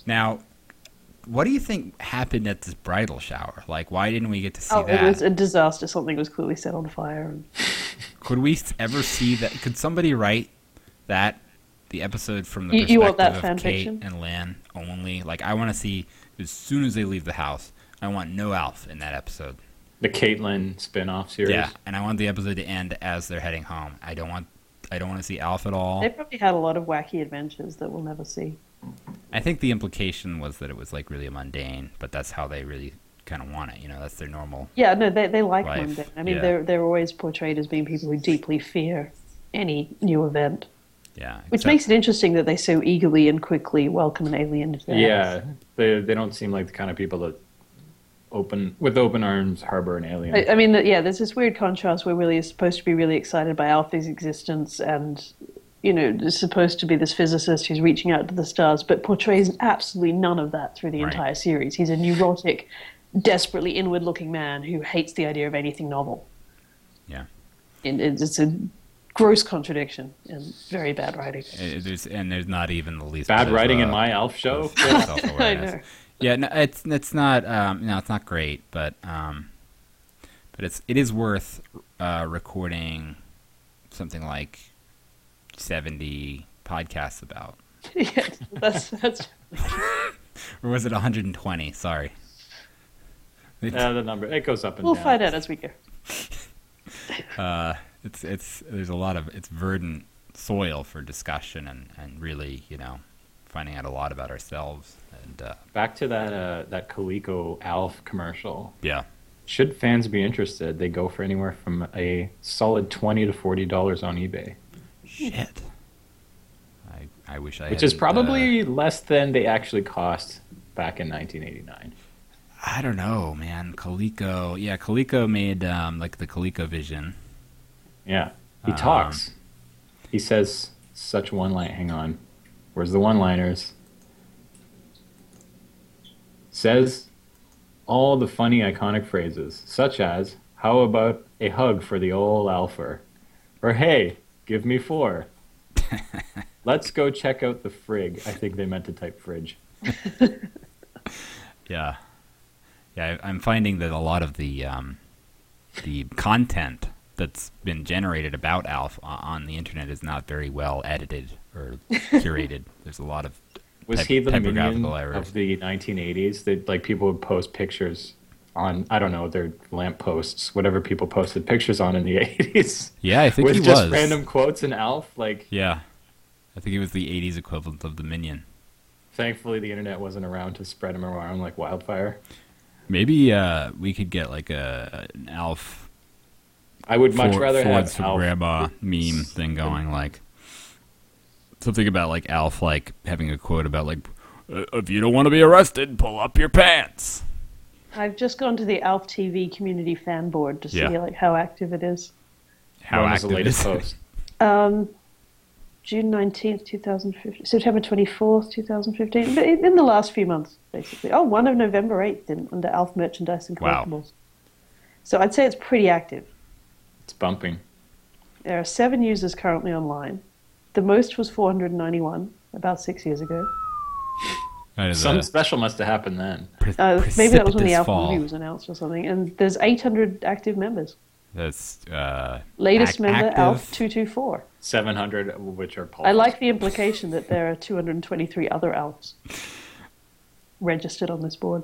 Speaker 2: now, what do you think happened at this bridal shower? Like, why didn't we get to see
Speaker 3: Oh,
Speaker 2: that?
Speaker 3: it was a disaster. Something was clearly set on fire. And
Speaker 2: Could we s- ever see that? Could somebody write that the episode from the
Speaker 3: You-
Speaker 2: perspective
Speaker 3: you want that fan
Speaker 2: of Kate
Speaker 3: fiction?
Speaker 2: and Lan only? Like, I want to see as soon as they leave the house. I want no Alf in that episode.
Speaker 1: The Caitlyn spin-off series.
Speaker 2: Yeah, and I want the episode to end as they're heading home. I don't want. I don't want to see Alf at all.
Speaker 3: they probably had a lot of wacky adventures that we'll never see.
Speaker 2: I think the implication was that it was like really mundane, but that's how they really kind of want it. You know, that's their normal.
Speaker 3: Yeah, no, they they like
Speaker 2: Life,
Speaker 3: mundane. I mean,
Speaker 2: yeah.
Speaker 3: they're they're always portrayed as being people who deeply fear any new event,
Speaker 2: Yeah.
Speaker 3: which
Speaker 2: except-
Speaker 3: makes it interesting that they so eagerly and quickly welcome an alien into their
Speaker 1: Yeah,
Speaker 3: house.
Speaker 1: they they don't seem like the kind of people that open with open arms harbor an alien.
Speaker 3: I, I mean, th- yeah, there's this weird contrast where Willie is supposed to be really excited by Alfie's existence and, you know, is supposed to be this physicist who's reaching out to the stars, but portrays absolutely none of that through the
Speaker 2: Right.
Speaker 3: entire series. He's a neurotic, desperately inward looking man who hates the idea of anything novel.
Speaker 2: Yeah.
Speaker 3: And it- it's a gross contradiction and very bad writing.
Speaker 2: Uh, there's and there's not even the least
Speaker 1: Bad
Speaker 2: bit
Speaker 1: writing
Speaker 2: of,
Speaker 1: in
Speaker 2: uh,
Speaker 1: my Alf show.
Speaker 2: of self-awareness.
Speaker 3: know.
Speaker 2: Yeah, no, it's it's not um, no, it's not great, but um, but it's it is worth uh, recording something like seventy podcasts about,
Speaker 3: yeah, that's, that's,
Speaker 2: or was it one hundred and twenty? Sorry.
Speaker 1: yeah, Uh, the number it goes up and
Speaker 3: we'll
Speaker 1: down.
Speaker 3: find out as we go.
Speaker 2: uh, it's it's there's a lot of it's verdant soil for discussion and and really you know finding out a lot about ourselves and uh,
Speaker 1: Back to that uh, that Coleco Alf commercial.
Speaker 2: yeah
Speaker 1: Should fans be interested, they go for anywhere from a solid twenty to forty dollars on eBay,
Speaker 2: shit i i wish i
Speaker 1: which is
Speaker 2: hadn't, uh,
Speaker 1: probably less than they actually cost back in 1989.
Speaker 2: i don't know man coleco yeah coleco made um like the coleco vision
Speaker 1: Yeah, he
Speaker 2: Um,
Speaker 1: talks. He says such one line. Hang on, where's the one-liners? Says all the funny iconic phrases, such as "How about a hug for the old Alfer?" or "Hey, give me four. Let's go check out the frig. I think they meant to type fridge.
Speaker 2: yeah yeah I, i'm finding that a lot of the um the content that's been generated about alf o- on the internet is not very well edited or curated there's a lot of
Speaker 1: Was
Speaker 2: Type-
Speaker 1: he the minion
Speaker 2: typographical errors.
Speaker 1: of the 1980s? That like people would post pictures on I don't know their lampposts, whatever people posted pictures on in the 80s,
Speaker 2: yeah i think
Speaker 1: with
Speaker 2: he
Speaker 1: just
Speaker 2: was
Speaker 1: random quotes and Alf. Like,
Speaker 2: Yeah. I think it was the 80s equivalent of the Minion.
Speaker 1: thankfully the internet wasn't around to spread them around like wildfire.
Speaker 2: Maybe uh, we could get like a an Alf
Speaker 1: I would much
Speaker 2: Ford-
Speaker 1: rather
Speaker 2: Ford's
Speaker 1: have Alf.
Speaker 2: grandma meme thing going like something about like Alf like having a quote about like "Uh, if you don't want to be arrested, pull up your pants.
Speaker 3: I've just gone to the ALF TV community fan board to see
Speaker 2: Yeah.
Speaker 3: like how active it is.
Speaker 2: How
Speaker 1: when was
Speaker 2: active
Speaker 1: the latest
Speaker 2: is it?
Speaker 1: post?
Speaker 3: Um, June 19th, 2015, September 24th, 2015, but in in the last few months, basically. Oh, one of November 8th in, under ALF merchandise and
Speaker 2: Wow.
Speaker 3: collectibles. So I'd say it's pretty active.
Speaker 1: It's bumping.
Speaker 3: There are seven users currently online. The most was 491 about six years ago.
Speaker 2: That is
Speaker 1: Something
Speaker 2: a
Speaker 1: special must have happened then.
Speaker 2: pre-
Speaker 3: Uh, maybe that was when the
Speaker 2: precipitous
Speaker 3: ALF
Speaker 2: fall.
Speaker 3: movie was announced or something. And there's 800 active members.
Speaker 2: That's uh,
Speaker 3: Latest
Speaker 2: Ac-
Speaker 3: member,
Speaker 2: active?
Speaker 3: ALF 224.
Speaker 1: 700, of which are Paul.
Speaker 3: I like the implication that there are 223 other ALFs registered on this board.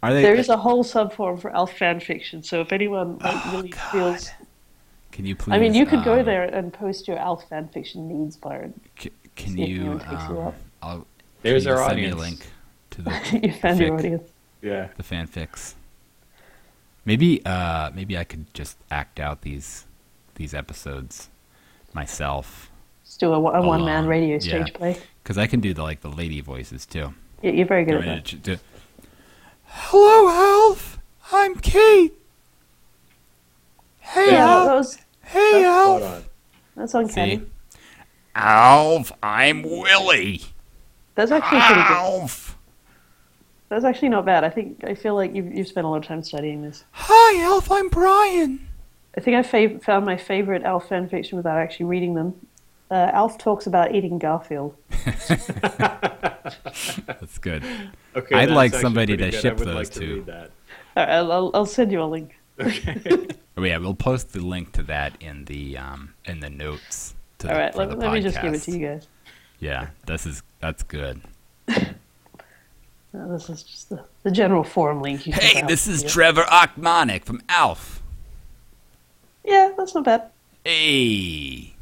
Speaker 2: are they,
Speaker 3: There is a whole subforum for elf fan fiction, so if anyone like, really feels,
Speaker 2: Can you Oh, please?
Speaker 3: I mean, you could go
Speaker 2: um,
Speaker 3: there and post your elf fan fiction needs, Byron.
Speaker 2: c- can
Speaker 3: see if
Speaker 2: you?
Speaker 3: anyone picks you
Speaker 2: um,
Speaker 3: up.
Speaker 2: I'll,
Speaker 1: There's
Speaker 2: can you
Speaker 1: our
Speaker 2: send
Speaker 1: audience.
Speaker 2: Me a link to the
Speaker 3: you found your
Speaker 2: fic?
Speaker 3: audience.
Speaker 1: Yeah.
Speaker 2: the fanfics. Maybe uh maybe I could just act out these these episodes myself
Speaker 3: Let's do a, a one man
Speaker 2: Alone,
Speaker 3: radio
Speaker 2: yeah.
Speaker 3: stage play.
Speaker 2: because I can do the like the lady voices too.
Speaker 3: Yeah, you're very good
Speaker 2: I
Speaker 3: at
Speaker 2: mean,
Speaker 3: that.
Speaker 2: it's ju- Hello, Alf. I'm Kate. Hey,
Speaker 3: Yeah, that was,
Speaker 2: Hey,
Speaker 1: Spot on.
Speaker 3: that's uncanny.
Speaker 2: See? Alf, I'm Willie.
Speaker 3: That's actually pretty good.
Speaker 2: Alf.
Speaker 3: That's actually not bad. I think I feel like you've, you've spent a lot of time studying this.
Speaker 2: Hi, Alf. I'm Brian.
Speaker 3: I think I fav- found my favorite Alf fan fiction without actually reading them. Uh, Alf talks about eating Garfield.
Speaker 2: That's good.
Speaker 1: Okay,
Speaker 2: I'd
Speaker 1: that's
Speaker 2: like
Speaker 1: actually
Speaker 2: somebody
Speaker 1: pretty
Speaker 2: to
Speaker 1: good.
Speaker 2: ship
Speaker 1: I would
Speaker 2: those
Speaker 1: like to
Speaker 2: two.
Speaker 1: read that.
Speaker 3: All right, I'll, I'll, I'll send you a link.
Speaker 2: Oh, yeah, we'll post the link to that in the um in the notes. To
Speaker 3: All
Speaker 2: the,
Speaker 3: right,
Speaker 2: for
Speaker 3: let,
Speaker 2: the
Speaker 3: let me just give it to
Speaker 2: podcast.
Speaker 3: you guys.
Speaker 2: Yeah, this is that's good.
Speaker 3: Uh, this is just the, the general forum link. You can
Speaker 2: Hey,
Speaker 3: find.
Speaker 2: this is
Speaker 3: yeah.
Speaker 2: Trevor Achmonic from Alf.
Speaker 3: yeah, that's not bad.
Speaker 2: Hey.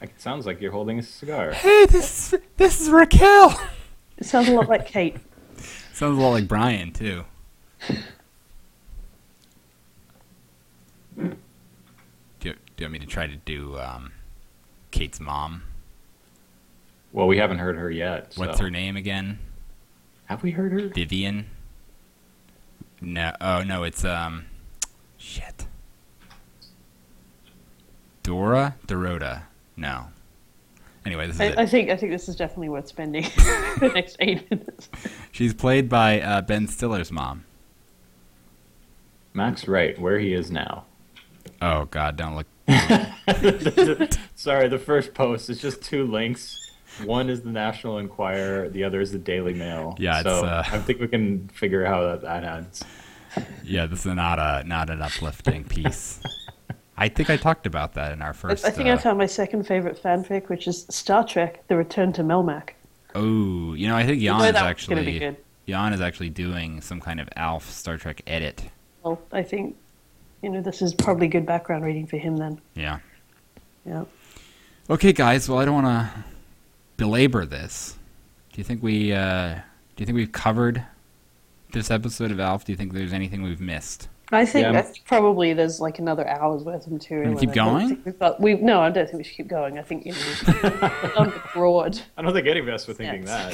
Speaker 8: It sounds like you're holding a cigar.
Speaker 2: Hey, this is, this is Raquel.
Speaker 3: It sounds a lot like Kate.
Speaker 2: Sounds a lot like Brian too. Do, do you want me to try to do um, Kate's mom?
Speaker 8: Well, we haven't heard her yet. So.
Speaker 2: What's her name again?
Speaker 8: Have we heard her?
Speaker 2: Vivian. No. Oh no, it's um. Shit. Dora. Dorota. No. Anyway, this is it.
Speaker 3: I, I think I think this is definitely worth spending the next eight minutes.
Speaker 2: She's played by uh, Ben Stiller's mom.
Speaker 8: Max Wright, where he is now.
Speaker 2: Oh God, don't look.
Speaker 8: Sorry, the first post is just two links. One is the National Enquirer, the other is the Daily Mail.
Speaker 2: Yeah, it's,
Speaker 8: so
Speaker 2: uh,
Speaker 8: I think we can figure out that that adds.
Speaker 2: Yeah, this is not a not an uplifting piece. I think I talked about that in our
Speaker 3: I
Speaker 2: first.
Speaker 3: think
Speaker 2: uh,
Speaker 3: I found my second favorite fanfic, which is Star Trek: The Return to Melmac.
Speaker 2: Oh, you know, I think Jan
Speaker 3: know
Speaker 2: is
Speaker 3: that one's gonna be
Speaker 2: actually
Speaker 3: good.
Speaker 2: Jan is actually doing some kind of Alf Star Trek edit.
Speaker 3: Well, I think you know this is probably good background reading for him then.
Speaker 2: Yeah.
Speaker 3: Yeah.
Speaker 2: Okay, guys. Well, I don't want to belabor this. Do you think we uh, do you think we've covered this episode of Alf? Do you think there's anything we've missed?
Speaker 3: I think
Speaker 8: Yeah.
Speaker 3: I think probably there's like another hour's worth of material.
Speaker 2: Wanna keep
Speaker 3: and I don't
Speaker 2: going?
Speaker 3: think We've got, we, no, I don't think we should keep going. I think you know, on the broad.
Speaker 8: I don't think any of us were thinking that.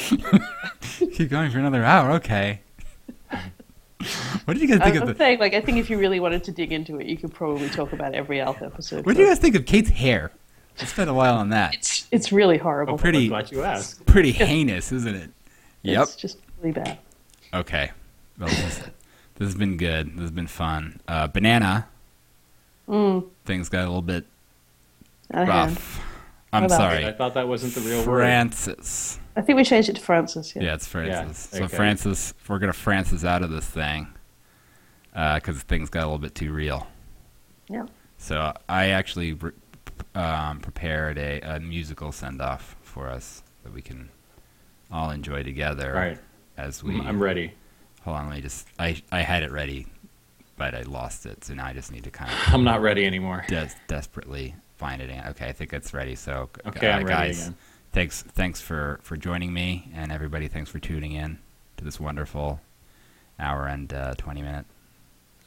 Speaker 2: Keep going for another hour. Okay. what did you guys
Speaker 3: I,
Speaker 2: think of
Speaker 3: am
Speaker 2: the?
Speaker 3: saying, like, I think if you really wanted to dig into it, you could probably talk about every Alf episode.
Speaker 2: What do you
Speaker 3: but
Speaker 2: guys think of Kate's hair? I spent a while on that.
Speaker 3: It's it's really horrible.
Speaker 2: Oh, pretty,
Speaker 8: I'm glad you asked.
Speaker 2: pretty heinous, isn't it? Yep.
Speaker 3: It's just really bad.
Speaker 2: Okay. Well, this, this has been good. This has been fun. Uh, banana. Things got a little bit
Speaker 3: Out of Mm, hand.
Speaker 2: rough. I'm
Speaker 3: What about-
Speaker 8: I
Speaker 2: sorry.
Speaker 8: thought that wasn't the real word.
Speaker 2: Francis.
Speaker 3: I think we changed it to Francis. Yeah.
Speaker 2: Yeah, it's Francis. So
Speaker 8: okay.
Speaker 2: Francis, we're gonna Francis out of this thing because things got a little bit too real.
Speaker 3: Yeah.
Speaker 2: So I actually re- um, prepared a, a musical send off for us that we can all enjoy together.
Speaker 8: All right,
Speaker 2: As we
Speaker 8: I'm I'm ready.
Speaker 2: Hold on, let me just. I I had it ready, but I lost it, so now I just need to kind of
Speaker 8: I'm not ready anymore.
Speaker 2: des- desperately find it. in- Okay, I think it's ready. So g- uh,
Speaker 8: Okay, I'm ready
Speaker 2: guys,
Speaker 8: again.
Speaker 2: thanks thanks for for joining me and everybody. Thanks for tuning in to this wonderful hour and uh, twenty minute.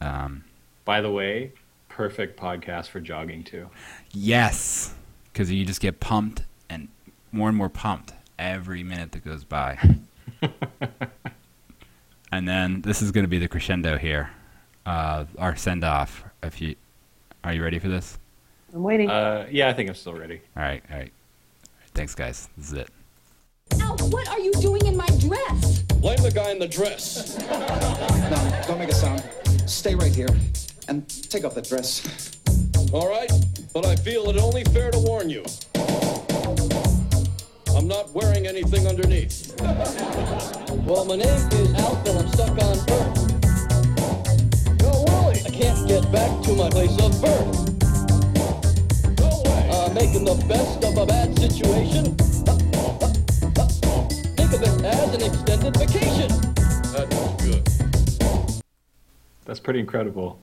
Speaker 2: Um,
Speaker 8: By the way, perfect podcast for jogging too.
Speaker 2: yes, because you just get pumped and more and more pumped every minute that goes by. and then this is going to be the crescendo here. Uh, our send off. If you are you ready for this?
Speaker 3: I'm waiting.
Speaker 8: Uh, yeah, I think I'm still ready.
Speaker 2: All right, all right. Thanks, guys. This is it.
Speaker 9: Alf, what are you doing in my dress?
Speaker 5: Blame the guy in the dress.
Speaker 10: No, don't make a sound. Stay right here and take off that dress.
Speaker 5: All right, but I feel it only fair to warn you. I'm not wearing anything underneath. Well, my name is Alf, and I'm stuck on Earth. No, Wally! I can't get back to my place of birth. No way! Uh, making the best of a bad situation. Think of it as an extended vacation. That's good.
Speaker 8: That's pretty incredible.